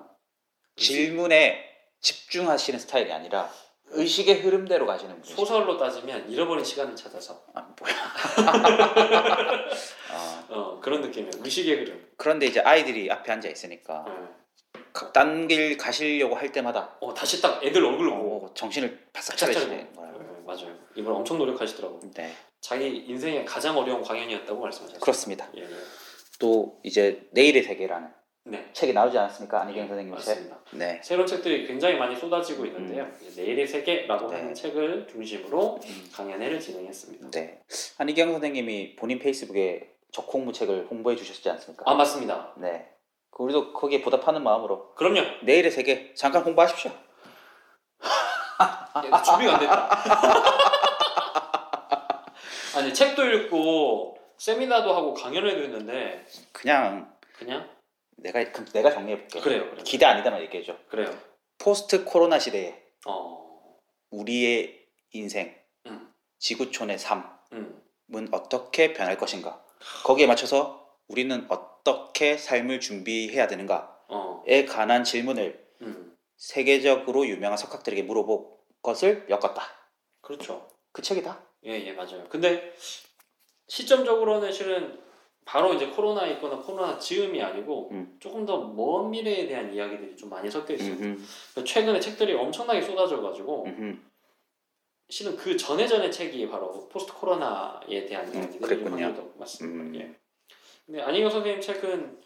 [SPEAKER 3] 질문에 집중하시는 스타일이 아니라 의식의 흐름대로 가시는 분이죠.
[SPEAKER 2] 소설로 따지면 잃어버린 시간을 찾아서
[SPEAKER 3] 아, 뭐야. 아,
[SPEAKER 2] 어, 그런 느낌이에요. 의식의 흐름.
[SPEAKER 3] 그런데 이제 아이들이 앞에 앉아 있으니까
[SPEAKER 2] 어.
[SPEAKER 3] 딴 길 가시려고 할 때마다
[SPEAKER 2] 어, 다시 딱 애들 얼굴 보고
[SPEAKER 3] 어, 정신을 바싹
[SPEAKER 2] 바짝
[SPEAKER 3] 차리시는
[SPEAKER 2] 차리고.
[SPEAKER 3] 거라고.
[SPEAKER 2] 네, 맞아요. 이걸 엄청 노력하시더라고. 요
[SPEAKER 3] 네,
[SPEAKER 2] 자기 인생의 가장 어려운 강연이었다고 말씀하셨어요.
[SPEAKER 3] 그렇습니다.
[SPEAKER 2] 예, 예.
[SPEAKER 3] 또 이제 내일의 세계라는
[SPEAKER 2] 네.
[SPEAKER 3] 책이 나오지 않았습니까? 안희경
[SPEAKER 2] 예,
[SPEAKER 3] 선생님 책.
[SPEAKER 2] 맞습니다.
[SPEAKER 3] 네.
[SPEAKER 2] 새로운 책들이 굉장히 많이 쏟아지고 있는데요. 내일의 세계라고
[SPEAKER 3] 네.
[SPEAKER 2] 하는 책을 중심으로
[SPEAKER 3] 음.
[SPEAKER 2] 강연회를 진행했습니다.
[SPEAKER 3] 네. 안희경 선생님이 본인 페이스북에 적홍무 책을 홍보해 주셨지 않습니까?
[SPEAKER 2] 아 맞습니다.
[SPEAKER 3] 네. 그 우리도 거기에 보답하는 마음으로
[SPEAKER 2] 그럼요.
[SPEAKER 3] 내일의 세계 잠깐 홍보하십시오. 아,
[SPEAKER 2] 예, 준비가 안 됐다. 아니 책도 읽고 세미나도 하고 강연회도 했는데
[SPEAKER 3] 그냥
[SPEAKER 2] 그냥
[SPEAKER 3] 내가 그럼 내가 정리해 볼게.
[SPEAKER 2] 그래요. 그래요.
[SPEAKER 3] 기대 아니다만 얘기해 줘.
[SPEAKER 2] 그래요.
[SPEAKER 3] 포스트 코로나 시대에
[SPEAKER 2] 어.
[SPEAKER 3] 우리의 인생,
[SPEAKER 2] 음.
[SPEAKER 3] 지구촌의 삶은
[SPEAKER 2] 음.
[SPEAKER 3] 어떻게 변할 것인가? 거기에 맞춰서 우리는 어떻게 삶을 준비해야 되는가에
[SPEAKER 2] 어.
[SPEAKER 3] 관한 질문을
[SPEAKER 2] 음.
[SPEAKER 3] 세계적으로 유명한 석학들에게 물어본 것을 엮었다.
[SPEAKER 2] 그렇죠.
[SPEAKER 3] 그 책이다.
[SPEAKER 2] 예, 예, 맞아요. 근데 시점적으로는 실은 바로 이제 코로나 있거나 코로나 즈음이 아니고
[SPEAKER 3] 음.
[SPEAKER 2] 조금 더 먼 미래에 대한 이야기들이 좀 많이 섞여 있어요. 그러니까 최근에 책들이 엄청나게 쏟아져가지고
[SPEAKER 3] 음,
[SPEAKER 2] 실은 그 전에 전에 책이 바로 포스트 코로나에 대한
[SPEAKER 3] 음,
[SPEAKER 2] 이야기들이
[SPEAKER 3] 그랬군요.
[SPEAKER 2] 많이 더 맞습니다.
[SPEAKER 3] 음.
[SPEAKER 2] 예. 근데 안희경 선생님 책은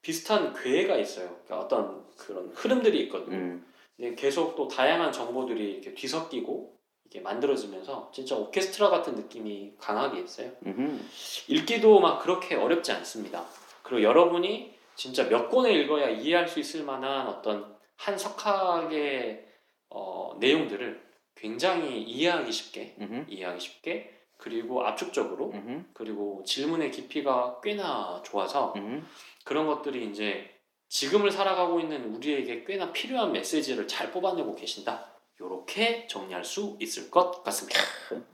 [SPEAKER 2] 비슷한 괴가 있어요. 그러니까 어떤 그런 흐름들이 있거든요.
[SPEAKER 3] 음,
[SPEAKER 2] 근데 계속 또 다양한 정보들이 이렇게 뒤섞이고 이렇게 만들어지면서 진짜 오케스트라 같은 느낌이 강하게 있어요.
[SPEAKER 3] 음,
[SPEAKER 2] 읽기도 막 그렇게 어렵지 않습니다. 그리고 여러분이 진짜 몇 권을 읽어야 이해할 수 있을 만한 어떤 한 석학의 어, 내용들을 굉장히 이해하기 쉽게,
[SPEAKER 3] 음,
[SPEAKER 2] 이해하기 쉽게, 그리고 압축적으로,
[SPEAKER 3] 음,
[SPEAKER 2] 그리고 질문의 깊이가 꽤나 좋아서
[SPEAKER 3] 음,
[SPEAKER 2] 그런 것들이 이제 지금을 살아가고 있는 우리에게 꽤나 필요한 메시지를 잘 뽑아내고 계신다. 이렇게 정리할 수 있을 것 같습니다.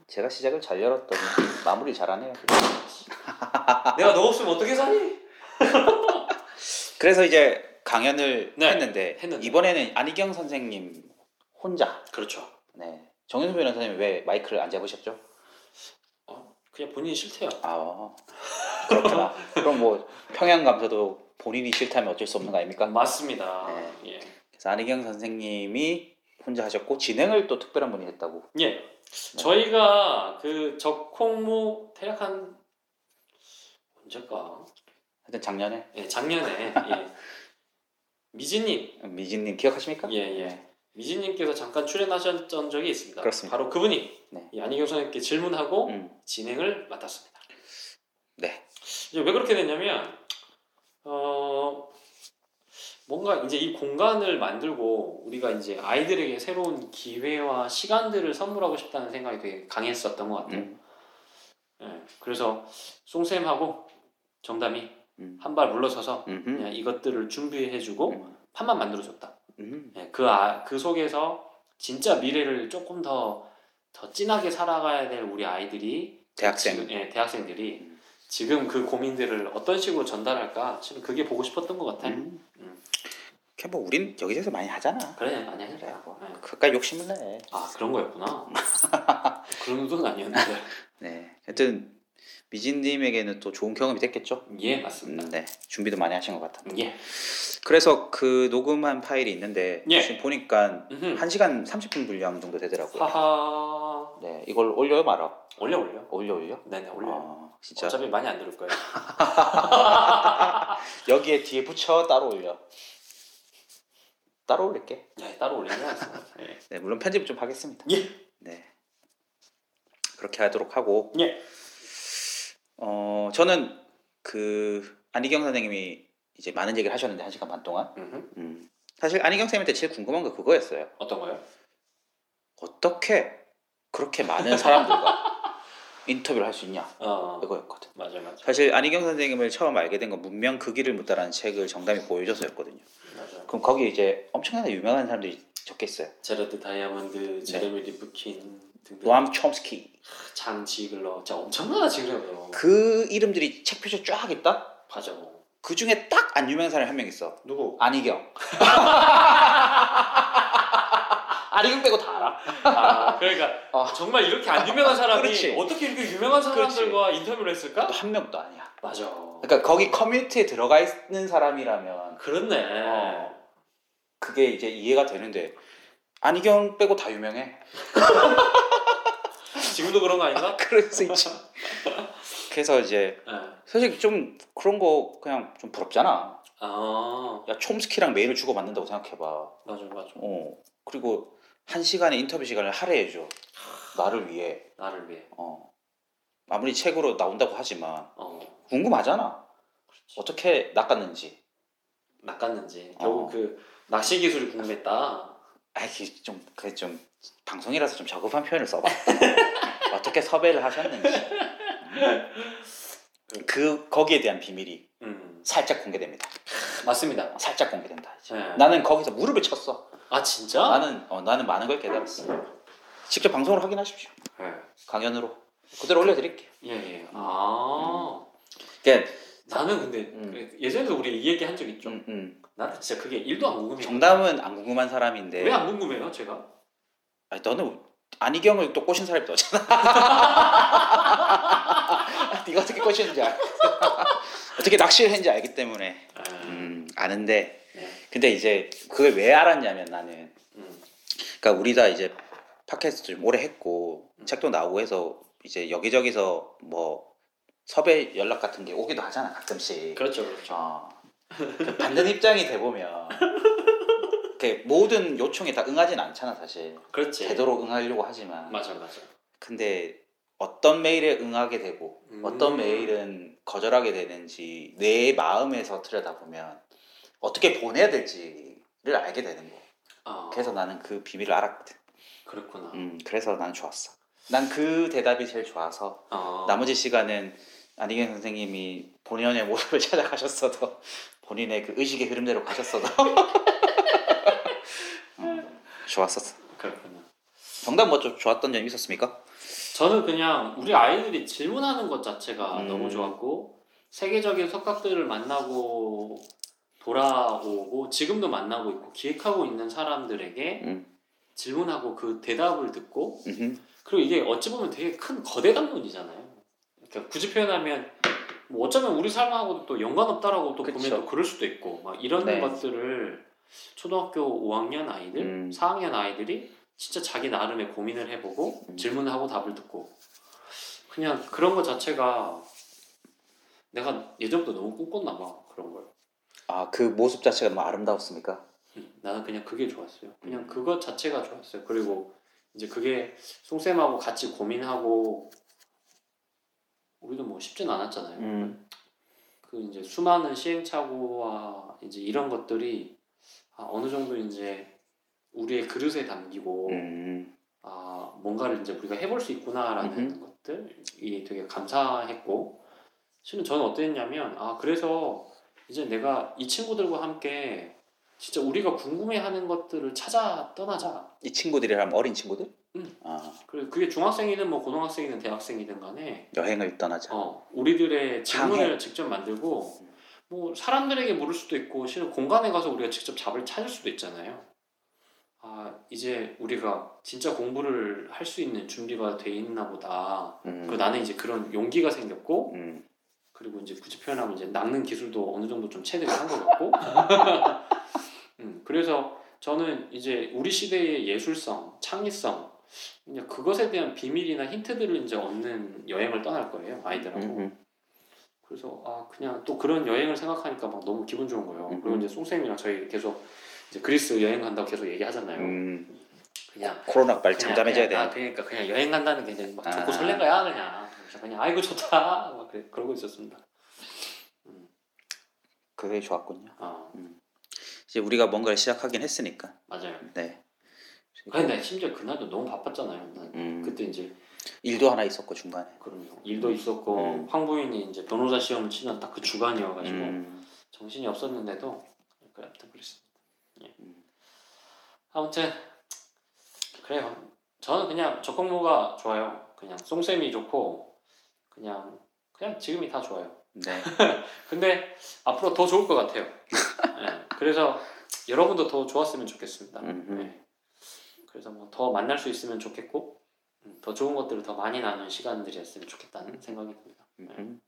[SPEAKER 3] 제가 시작을 잘 열었더니 마무리 잘하네요.
[SPEAKER 2] 아, 내가 너 없으면 어떻게 사니?
[SPEAKER 3] 그래서 이제 강연을
[SPEAKER 2] 네,
[SPEAKER 3] 했는데,
[SPEAKER 2] 했는데.
[SPEAKER 3] 이번에는 안희경 선생님 혼자
[SPEAKER 2] 그렇죠.
[SPEAKER 3] 네. 정윤수 변호사님 왜 마이크를 안 잡으셨죠?
[SPEAKER 2] 그냥 본인이 싫대요.
[SPEAKER 3] 아 어. 그렇구나. 그럼 뭐 평양 감사도 본인이 싫다면 어쩔 수 없는 거 아닙니까?
[SPEAKER 2] 맞습니다.
[SPEAKER 3] 네.
[SPEAKER 2] 예.
[SPEAKER 3] 그래서 안희경 선생님이 혼자 하셨고 진행을 또 특별한 분이 했다고.
[SPEAKER 2] 예. 저희가 그 적콩무 대략 한 언제까?
[SPEAKER 3] 하여튼 작년에
[SPEAKER 2] 예, 작년에 예. 미진님,
[SPEAKER 3] 미진님 기억하십니까?
[SPEAKER 2] 예, 예. 미진님께서 잠깐 출연하셨던 적이 있습니다.
[SPEAKER 3] 그렇습니다.
[SPEAKER 2] 바로 그분이
[SPEAKER 3] 네.
[SPEAKER 2] 이 안희경 선생님께 질문하고
[SPEAKER 3] 음,
[SPEAKER 2] 진행을 맡았습니다.
[SPEAKER 3] 네.
[SPEAKER 2] 이제 왜 그렇게 됐냐면 어 뭔가 이제 이 공간을 만들고 우리가 이제 아이들에게 새로운 기회와 시간들을 선물하고 싶다는 생각이 되게 강했었던 것 같아요.
[SPEAKER 3] 음,
[SPEAKER 2] 예, 그래서 송쌤하고 정담이
[SPEAKER 3] 음,
[SPEAKER 2] 한 발 물러서서
[SPEAKER 3] 음,
[SPEAKER 2] 그냥 이것들을 준비해주고
[SPEAKER 3] 음,
[SPEAKER 2] 판만 만들어줬다.
[SPEAKER 3] 음,
[SPEAKER 2] 예, 그, 아, 그 속에서 진짜 미래를 조금 더, 더 진하게 살아가야 될 우리 아이들이
[SPEAKER 3] 대학생.
[SPEAKER 2] 지금, 예, 대학생들이
[SPEAKER 3] 음.
[SPEAKER 2] 지금 그 고민들을 어떤 식으로 전달할까 지금 그게 보고 싶었던 것 같아요.
[SPEAKER 3] 음.
[SPEAKER 2] 음.
[SPEAKER 3] 그냥 뭐 우린 여기저기서 많이 하잖아.
[SPEAKER 2] 그래 많이
[SPEAKER 3] 그래
[SPEAKER 2] 해라.
[SPEAKER 3] 뭐
[SPEAKER 2] 네.
[SPEAKER 3] 그까지 욕심을 내.
[SPEAKER 2] 아 그런 거였구나. 그런 건 아니었는데.
[SPEAKER 3] 네. 하여튼 미진님에게는 또 좋은 경험이 됐겠죠?
[SPEAKER 2] 예
[SPEAKER 3] 음,
[SPEAKER 2] 맞습니다.
[SPEAKER 3] 네. 준비도 많이 하신 것 같아.
[SPEAKER 2] 예.
[SPEAKER 3] 그래서 그 녹음한 파일이 있는데
[SPEAKER 2] 예.
[SPEAKER 3] 지금 보니까
[SPEAKER 2] 음흠.
[SPEAKER 3] 1시간 30분 분량 정도 되더라고요.
[SPEAKER 2] 하하
[SPEAKER 3] 네, 이걸 올려요 말아?
[SPEAKER 2] 올려 올려.
[SPEAKER 3] 올려 올려?
[SPEAKER 2] 네네 올려. 요
[SPEAKER 3] 아, 진짜
[SPEAKER 2] 어차피 많이 안 들을 거예요.
[SPEAKER 3] 여기에 뒤에 붙여 따로 올려. 따로 올릴게.
[SPEAKER 2] 네, 따로 올리는 건 없어요. 예.
[SPEAKER 3] 네, 물론 편집 좀 하겠습니다.
[SPEAKER 2] 예.
[SPEAKER 3] 네. 그렇게 하도록 하고
[SPEAKER 2] 예.
[SPEAKER 3] 어, 저는 그 안희경 선생님이 이제 많은 얘기를 하셨는데 1시간 반 동안
[SPEAKER 2] 음흠.
[SPEAKER 3] 음. 사실 안희경 선생님한테 제일 궁금한 거 그거였어요.
[SPEAKER 2] 어떤 거요?
[SPEAKER 3] 어떻게 그렇게 많은 사람들과 인터뷰를 할 수 있냐
[SPEAKER 2] 어
[SPEAKER 3] 이거였거든.
[SPEAKER 2] 맞아 맞아
[SPEAKER 3] 사실 안희경 선생님을 처음 알게 된 건 문명 그 길을 묻다라는 책을 정담이 보여줘서였거든요.
[SPEAKER 2] 맞아.
[SPEAKER 3] 그럼 거기 이제 엄청나게 유명한 사람들이 적혀 있어요.
[SPEAKER 2] 제러드 다이아몬드, 제레미 리프킨 등등.
[SPEAKER 3] 노암 촘스키
[SPEAKER 2] 장지글러, 진짜 엄청나다 지글러.
[SPEAKER 3] 그 이름들이 책 표지에 쫙 있다.
[SPEAKER 2] 맞아.
[SPEAKER 3] 그 중에 딱 안 유명한 사람이 한 명 있어.
[SPEAKER 2] 누구?
[SPEAKER 3] 안희경. 안희경 빼고 다 알아.
[SPEAKER 2] 아 그러니까
[SPEAKER 3] 아.
[SPEAKER 2] 정말 이렇게 안 유명한 사람이
[SPEAKER 3] 그렇지.
[SPEAKER 2] 어떻게 이렇게 유명한 사람들과 인터뷰를 했을까? 그러니까
[SPEAKER 3] 또 한 명도 아니야.
[SPEAKER 2] 맞아.
[SPEAKER 3] 그러니까 거기 커뮤니티에 들어가 있는 사람이라면
[SPEAKER 2] 그렇네.
[SPEAKER 3] 어. 그게 이제 이해가 되는데 안희경 빼고 다 유명해.
[SPEAKER 2] 지금도 그런 거 아닌가?
[SPEAKER 3] 그럴 수 있지. 그래서 이제
[SPEAKER 2] 예.
[SPEAKER 3] 솔직히 좀 그런 거 그냥 좀 부럽잖아.
[SPEAKER 2] 아
[SPEAKER 3] 야 촘스키랑 메일을 주고 받는다고 생각해봐.
[SPEAKER 2] 맞아 맞아.
[SPEAKER 3] 어 그리고 한 시간의 인터뷰 시간을 할애해줘. 나를 위해.
[SPEAKER 2] 나를 위해.
[SPEAKER 3] 어 아무리 책으로 나온다고 하지만
[SPEAKER 2] 어
[SPEAKER 3] 궁금하잖아. 어떻게 낚았는지.
[SPEAKER 2] 낚았는지.
[SPEAKER 3] 어.
[SPEAKER 2] 결국 그 낚시 기술이 궁금했다.
[SPEAKER 3] 아이 좀 그게 좀 방송이라서 좀 저급한 표현을 써봐. 어떻게 섭외를 하셨는지. 음. 그 거기에 대한 비밀이
[SPEAKER 2] 음
[SPEAKER 3] 살짝 공개됩니다.
[SPEAKER 2] 맞습니다.
[SPEAKER 3] 살짝 공개된다. 이제.
[SPEAKER 2] 예.
[SPEAKER 3] 나는 거기서 무릎을 쳤어.
[SPEAKER 2] 아 진짜?
[SPEAKER 3] 나는 어, 나는 많은 걸 깨달았어. 직접 방송으로 확인하십시오. 강연으로 그대로 올려드릴게요.
[SPEAKER 2] 네. 예예. 아
[SPEAKER 3] 그러니까
[SPEAKER 2] 나는 근데
[SPEAKER 3] 음.
[SPEAKER 2] 그래, 예전에도 우리 이 얘기 한 적 있죠.
[SPEAKER 3] 좀 음,
[SPEAKER 2] 나는 진짜 그게 일도 안 궁금해요.
[SPEAKER 3] 정답은 안 궁금한 사람인데.
[SPEAKER 2] 왜 안 궁금해요, 제가?
[SPEAKER 3] 아니, 너는 안희경을 또 꼬신 사람이 너잖아. 네가 어떻게 꼬시는지 알. 어떻게 낚시를 했는지 알기 때문에.
[SPEAKER 2] 아,
[SPEAKER 3] 음, 아는데.
[SPEAKER 2] 네.
[SPEAKER 3] 근데 이제 그걸 왜 알았냐면 나는.
[SPEAKER 2] 음.
[SPEAKER 3] 그러니까 우리 다 이제 팟캐스트 좀 오래 했고
[SPEAKER 2] 음.
[SPEAKER 3] 책도 나오고 해서 이제 여기저기서 뭐 섭외 연락 같은 게 오기도 하잖아 가끔씩.
[SPEAKER 2] 그렇죠, 그렇죠.
[SPEAKER 3] 어. 그 받는 입장이 돼 보면 이렇게 모든 요청에 다 응하진 않잖아 사실.
[SPEAKER 2] 그렇지.
[SPEAKER 3] 제대로 응하려고 하지만
[SPEAKER 2] 맞아, 맞아.
[SPEAKER 3] 근데 어떤 메일에 응하게 되고
[SPEAKER 2] 음.
[SPEAKER 3] 어떤 메일은 거절하게 되는지 내 마음에서 들여다보면 어떻게 보내야 될지를 알게 되는 거.
[SPEAKER 2] 아,
[SPEAKER 3] 그래서 나는 그 비밀을 알았거든.
[SPEAKER 2] 그렇구나.
[SPEAKER 3] 음, 그래서 나는 좋았어. 난 그 대답이 제일 좋아서
[SPEAKER 2] 아,
[SPEAKER 3] 나머지 시간은 안희경 선생님이 본연의 모습을 찾아가셨어도 본인의 그 의식의 흐름대로 가셨어도 음, 좋았었어.
[SPEAKER 2] 그렇구나.
[SPEAKER 3] 정답 뭐 좀 좋았던 점이 있었습니까?
[SPEAKER 2] 저는 그냥 우리 아이들이 질문하는 것 자체가
[SPEAKER 3] 음.
[SPEAKER 2] 너무 좋았고 세계적인 석학들을 만나고 돌아오고 지금도 만나고 있고 기획하고 있는 사람들에게
[SPEAKER 3] 음.
[SPEAKER 2] 질문하고 그 대답을 듣고
[SPEAKER 3] 음흠.
[SPEAKER 2] 그리고 이게 어찌 보면 되게 큰 거대담론이잖아요. 그러니까 굳이 표현하면 뭐 어쩌면 우리 삶하고도 또 연관 없다라고 또 보면
[SPEAKER 3] 그쵸.
[SPEAKER 2] 또 그럴 수도 있고 막 이런
[SPEAKER 3] 네.
[SPEAKER 2] 것들을 초등학교 5학년 아이들,
[SPEAKER 3] 음.
[SPEAKER 2] 4학년 아이들이 진짜 자기 나름의 고민을 해보고
[SPEAKER 3] 음.
[SPEAKER 2] 질문을 하고 답을 듣고 그냥 그런 것 자체가 내가 예전부터 너무 꿈꿨나 봐 그런 걸.
[SPEAKER 3] 아 그 모습 자체가 뭐 아름다웠습니까?
[SPEAKER 2] 음, 나는 그냥 그게 좋았어요.
[SPEAKER 3] 음.
[SPEAKER 2] 그냥 그것 자체가 좋았어요. 그리고 이제 그게 송쌤하고 같이 고민하고 우리도 뭐 쉽진 않았잖아요.
[SPEAKER 3] 음.
[SPEAKER 2] 그 이제 수많은 시행착오와 이제 이런 것들이 아, 어느 정도 이제 우리의 그릇에 담기고
[SPEAKER 3] 음.
[SPEAKER 2] 아, 뭔가를 이제 우리가 해볼 수 있구나라는 것들이 되게 감사했고, 실은 저는 어땠냐면, 아, 그래서 이제 내가 이 친구들과 함께 진짜 우리가 궁금해하는 것들을 찾아 떠나자.
[SPEAKER 3] 이 친구들이라면 어린 친구들?
[SPEAKER 2] 음.
[SPEAKER 3] 아
[SPEAKER 2] 그리고 그게 중학생이든 뭐 고등학생이든 대학생이든 간에,
[SPEAKER 3] 여행을 떠나자.
[SPEAKER 2] 어, 우리들의
[SPEAKER 3] 강해.
[SPEAKER 2] 질문을 직접 만들고, 뭐 사람들에게 물을 수도 있고, 실은 공간에 가서 우리가 직접 답을 찾을 수도 있잖아요. 아, 이제 우리가 진짜 공부를 할 수 있는 준비가 돼 있나 보다.
[SPEAKER 3] 음.
[SPEAKER 2] 그리고 나는 이제 그런 용기가 생겼고
[SPEAKER 3] 음.
[SPEAKER 2] 그리고 이제 굳이 표현하면 이제 낚는 기술도 어느 정도 좀 체득을 한 것 같고 음, 그래서 저는 이제 우리 시대의 예술성, 창의성 이제 그것에 대한 비밀이나 힌트들을 이제 얻는 여행을 떠날 거예요 아이들하고
[SPEAKER 3] 음, 음.
[SPEAKER 2] 그래서 아 그냥 또 그런 여행을 생각하니까 막 너무 기분 좋은 거예요
[SPEAKER 3] 음.
[SPEAKER 2] 그리고 이제 송쌤이랑 저희 계속 이제 그리스 여행 간다고 계속 얘기하잖아요
[SPEAKER 3] 음.
[SPEAKER 2] 그냥
[SPEAKER 3] 코로나 빨리
[SPEAKER 2] 그냥,
[SPEAKER 3] 잠잠해져야
[SPEAKER 2] 그냥, 아,
[SPEAKER 3] 돼.
[SPEAKER 2] 그러니까 그냥 여행 간다는 게 그냥 막
[SPEAKER 3] 아.
[SPEAKER 2] 좋고 설렌 거야 그냥. 그래서 그냥 아이고 좋다 막 그래, 그러고 있었습니다.
[SPEAKER 3] 그게 좋았군요.
[SPEAKER 2] 아
[SPEAKER 3] 이제 우리가 뭔가를 시작하긴 했으니까.
[SPEAKER 2] 맞아요.
[SPEAKER 3] 네.
[SPEAKER 2] 근데 심지어 그날도 너무 바빴잖아요. 난
[SPEAKER 3] 음.
[SPEAKER 2] 그때 이제
[SPEAKER 3] 일도 하나 있었고 중간에.
[SPEAKER 2] 그런 일도 있었고
[SPEAKER 3] 음.
[SPEAKER 2] 황부인이 이제 변호사 시험을 치는 딱 그 주간이어가지고
[SPEAKER 3] 음.
[SPEAKER 2] 정신이 없었는데도 그래 아무튼 그랬습니다. 예.
[SPEAKER 3] 음.
[SPEAKER 2] 아무튼 그래요. 저는 그냥 적공모가 좋아요. 그냥 송쌤이 좋고 그냥 그냥 지금이 다 좋아요.
[SPEAKER 3] 네.
[SPEAKER 2] 근데 앞으로 더 좋을 것 같아요. 예, 그래서 여러분도 더 좋았으면 좋겠습니다.
[SPEAKER 3] 음, 음.
[SPEAKER 2] 예. 그래서 뭐 더 만날 수 있으면 좋겠고 음, 더 좋은 것들을 더 많이 나눈 시간들이었으면 좋겠다는 생각이 듭니다.
[SPEAKER 3] 음.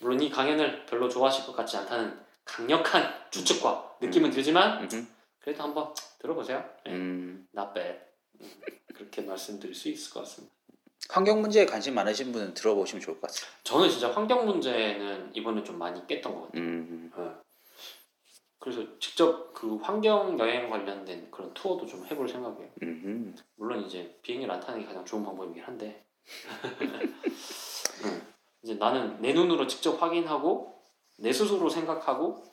[SPEAKER 2] 물론 이 강연을 별로 좋아하실 것 같지 않다는 강력한 추측과 느낌은 들지만
[SPEAKER 3] 음.
[SPEAKER 2] 그래도 한번 들어보세요. 예,
[SPEAKER 3] 음,
[SPEAKER 2] Not bad. 음, 그렇게 말씀드릴 수 있을 것 같습니다.
[SPEAKER 3] 환경 문제에 관심 많으신 분은 들어보시면 좋을 것 같아요.
[SPEAKER 2] 저는 진짜 환경 문제는 이번에 좀 많이 깼던 것 같아요.
[SPEAKER 3] 음,
[SPEAKER 2] 예. 그래서 직접 그 환경 여행 관련된 그런 투어도 좀 해볼 생각이에요.
[SPEAKER 3] 음,
[SPEAKER 2] 물론 이제 비행기를 안 타는 게 가장 좋은 방법이긴 한데 음, 이제 나는 내 눈으로 직접 확인하고 내 스스로 생각하고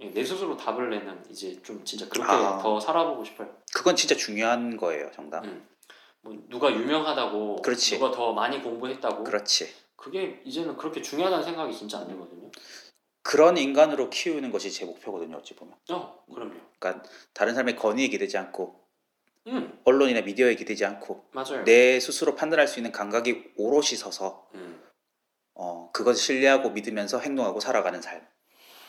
[SPEAKER 2] 예, 내 스스로 답을 내는 이제 좀 진짜 그렇게
[SPEAKER 3] 아.
[SPEAKER 2] 더 살아보고 싶어요.
[SPEAKER 3] 그건 진짜 중요한 거예요, 정답.
[SPEAKER 2] 음. 뭐 누가 유명하다고
[SPEAKER 3] 그렇지.
[SPEAKER 2] 누가 더 많이 공부했다고
[SPEAKER 3] 그렇지.
[SPEAKER 2] 그게 이제는 그렇게 중요하다는 생각이 진짜 안 들거든요.
[SPEAKER 3] 그런 인간으로 키우는 것이 제 목표거든요, 어찌 보면.
[SPEAKER 2] 어, 그럼요.
[SPEAKER 3] 그러니까 다른 사람의 권위에 기대지 않고
[SPEAKER 2] 음,
[SPEAKER 3] 언론이나 미디어에 기대지 않고
[SPEAKER 2] 맞아요.
[SPEAKER 3] 내 스스로 판단할 수 있는 감각이 오롯이 서서
[SPEAKER 2] 음.
[SPEAKER 3] 어, 그것을 신뢰하고 믿으면서 행동하고 살아가는 삶.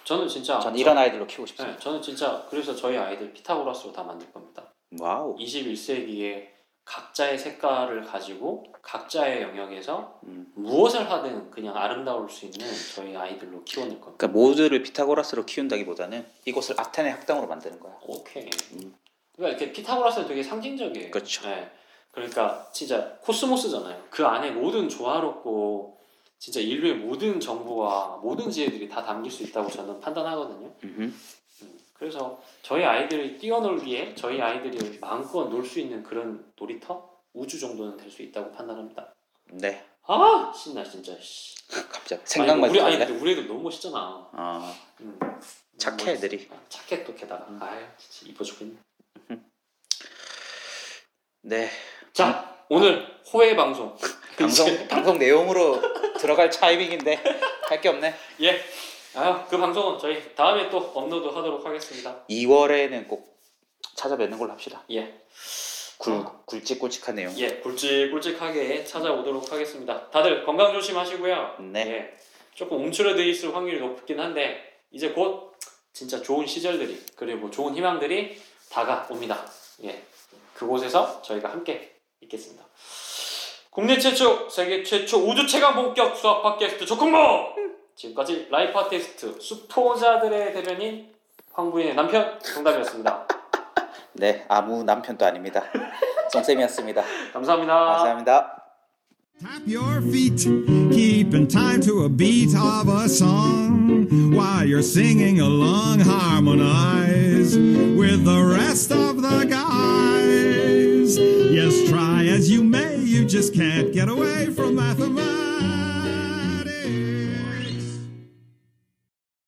[SPEAKER 2] 저는 진짜
[SPEAKER 3] 전 이런 아이들로 키우고 싶습니다.
[SPEAKER 2] 네, 저는 진짜 그래서 저희 아이들 피타고라스로 다 만들 겁니다.
[SPEAKER 3] 네. 와우.
[SPEAKER 2] 21세기에 각자의 색깔을 가지고 각자의 영역에서
[SPEAKER 3] 음.
[SPEAKER 2] 무엇을 하든 그냥 아름다울 수 있는 저희 아이들로 키워낼 겁니다.
[SPEAKER 3] 그러니까 모두를 피타고라스로 키운다기보다는 이곳을 아테네 학당으로 만드는 거야.
[SPEAKER 2] 오케이.
[SPEAKER 3] 음.
[SPEAKER 2] 그러니까 이렇게 피타고라스는 되게 상징적이에요.
[SPEAKER 3] 그렇죠.
[SPEAKER 2] 네. 그러니까 진짜 코스모스잖아요. 그 안에 모든 조화롭고 진짜 인류의 모든 정보와 모든 지혜들이 다 담길 수 있다고 저는 판단하거든요.
[SPEAKER 3] 음흠.
[SPEAKER 2] 음, 그래서 저희 아이들이 뛰어놀기에 저희 아이들이 마음껏 놀 수 있는 그런 놀이터 우주 정도는 될 수 있다고 판단합니다.
[SPEAKER 3] 네.
[SPEAKER 2] 아 신나 진짜. 씨.
[SPEAKER 3] 갑자기
[SPEAKER 2] 아니,
[SPEAKER 3] 생각만
[SPEAKER 2] 우리 아니
[SPEAKER 3] 들었네.
[SPEAKER 2] 근데 우리 애들 너무 멋있잖아.
[SPEAKER 3] 어,
[SPEAKER 2] 음,
[SPEAKER 3] 착해
[SPEAKER 2] 너무
[SPEAKER 3] 애들이.
[SPEAKER 2] 멋있- 착해 또 게다가
[SPEAKER 3] 음.
[SPEAKER 2] 아유 진짜 이뻐 죽겠네.
[SPEAKER 3] 네.
[SPEAKER 2] 자 오늘 호의 방송
[SPEAKER 3] 방송 방송 내용으로 들어갈 타이밍인데 할 게 없네.
[SPEAKER 2] 예. 아유 그 방송은 저희 다음에 또 업로드하도록 하겠습니다.
[SPEAKER 3] 2월에는 꼭 찾아뵙는 걸로 합시다.
[SPEAKER 2] 예.
[SPEAKER 3] 굵
[SPEAKER 2] 아.
[SPEAKER 3] 굵직굵직한 내용.
[SPEAKER 2] 예 굵직굵직하게 찾아오도록 하겠습니다. 다들 건강 조심하시고요.
[SPEAKER 3] 네.
[SPEAKER 2] 예, 조금 움츠러져 있을 확률이 높긴 한데 이제 곧 진짜 좋은 시절들이 그리고 뭐 좋은 희망들이 다가옵니다. 예, 그곳에서 저희가 함께 있겠습니다. 국내 최초, 세계 최초 우주 최강 본격 수학 팟캐스트 조콩모 지금까지 라이프 아티스트 수포자들의 대변인 황부인의 남편 정답이었습니다.
[SPEAKER 3] 네. 아무 남편도 아닙니다. 송쌤이었습니다.
[SPEAKER 2] 아.
[SPEAKER 3] 감사합니다.
[SPEAKER 1] Tap your feet, keeping time to a beat of a song while you're singing along. Harmonize with the rest of the guys. Yes, try as you may, you just can't get away from mathematics.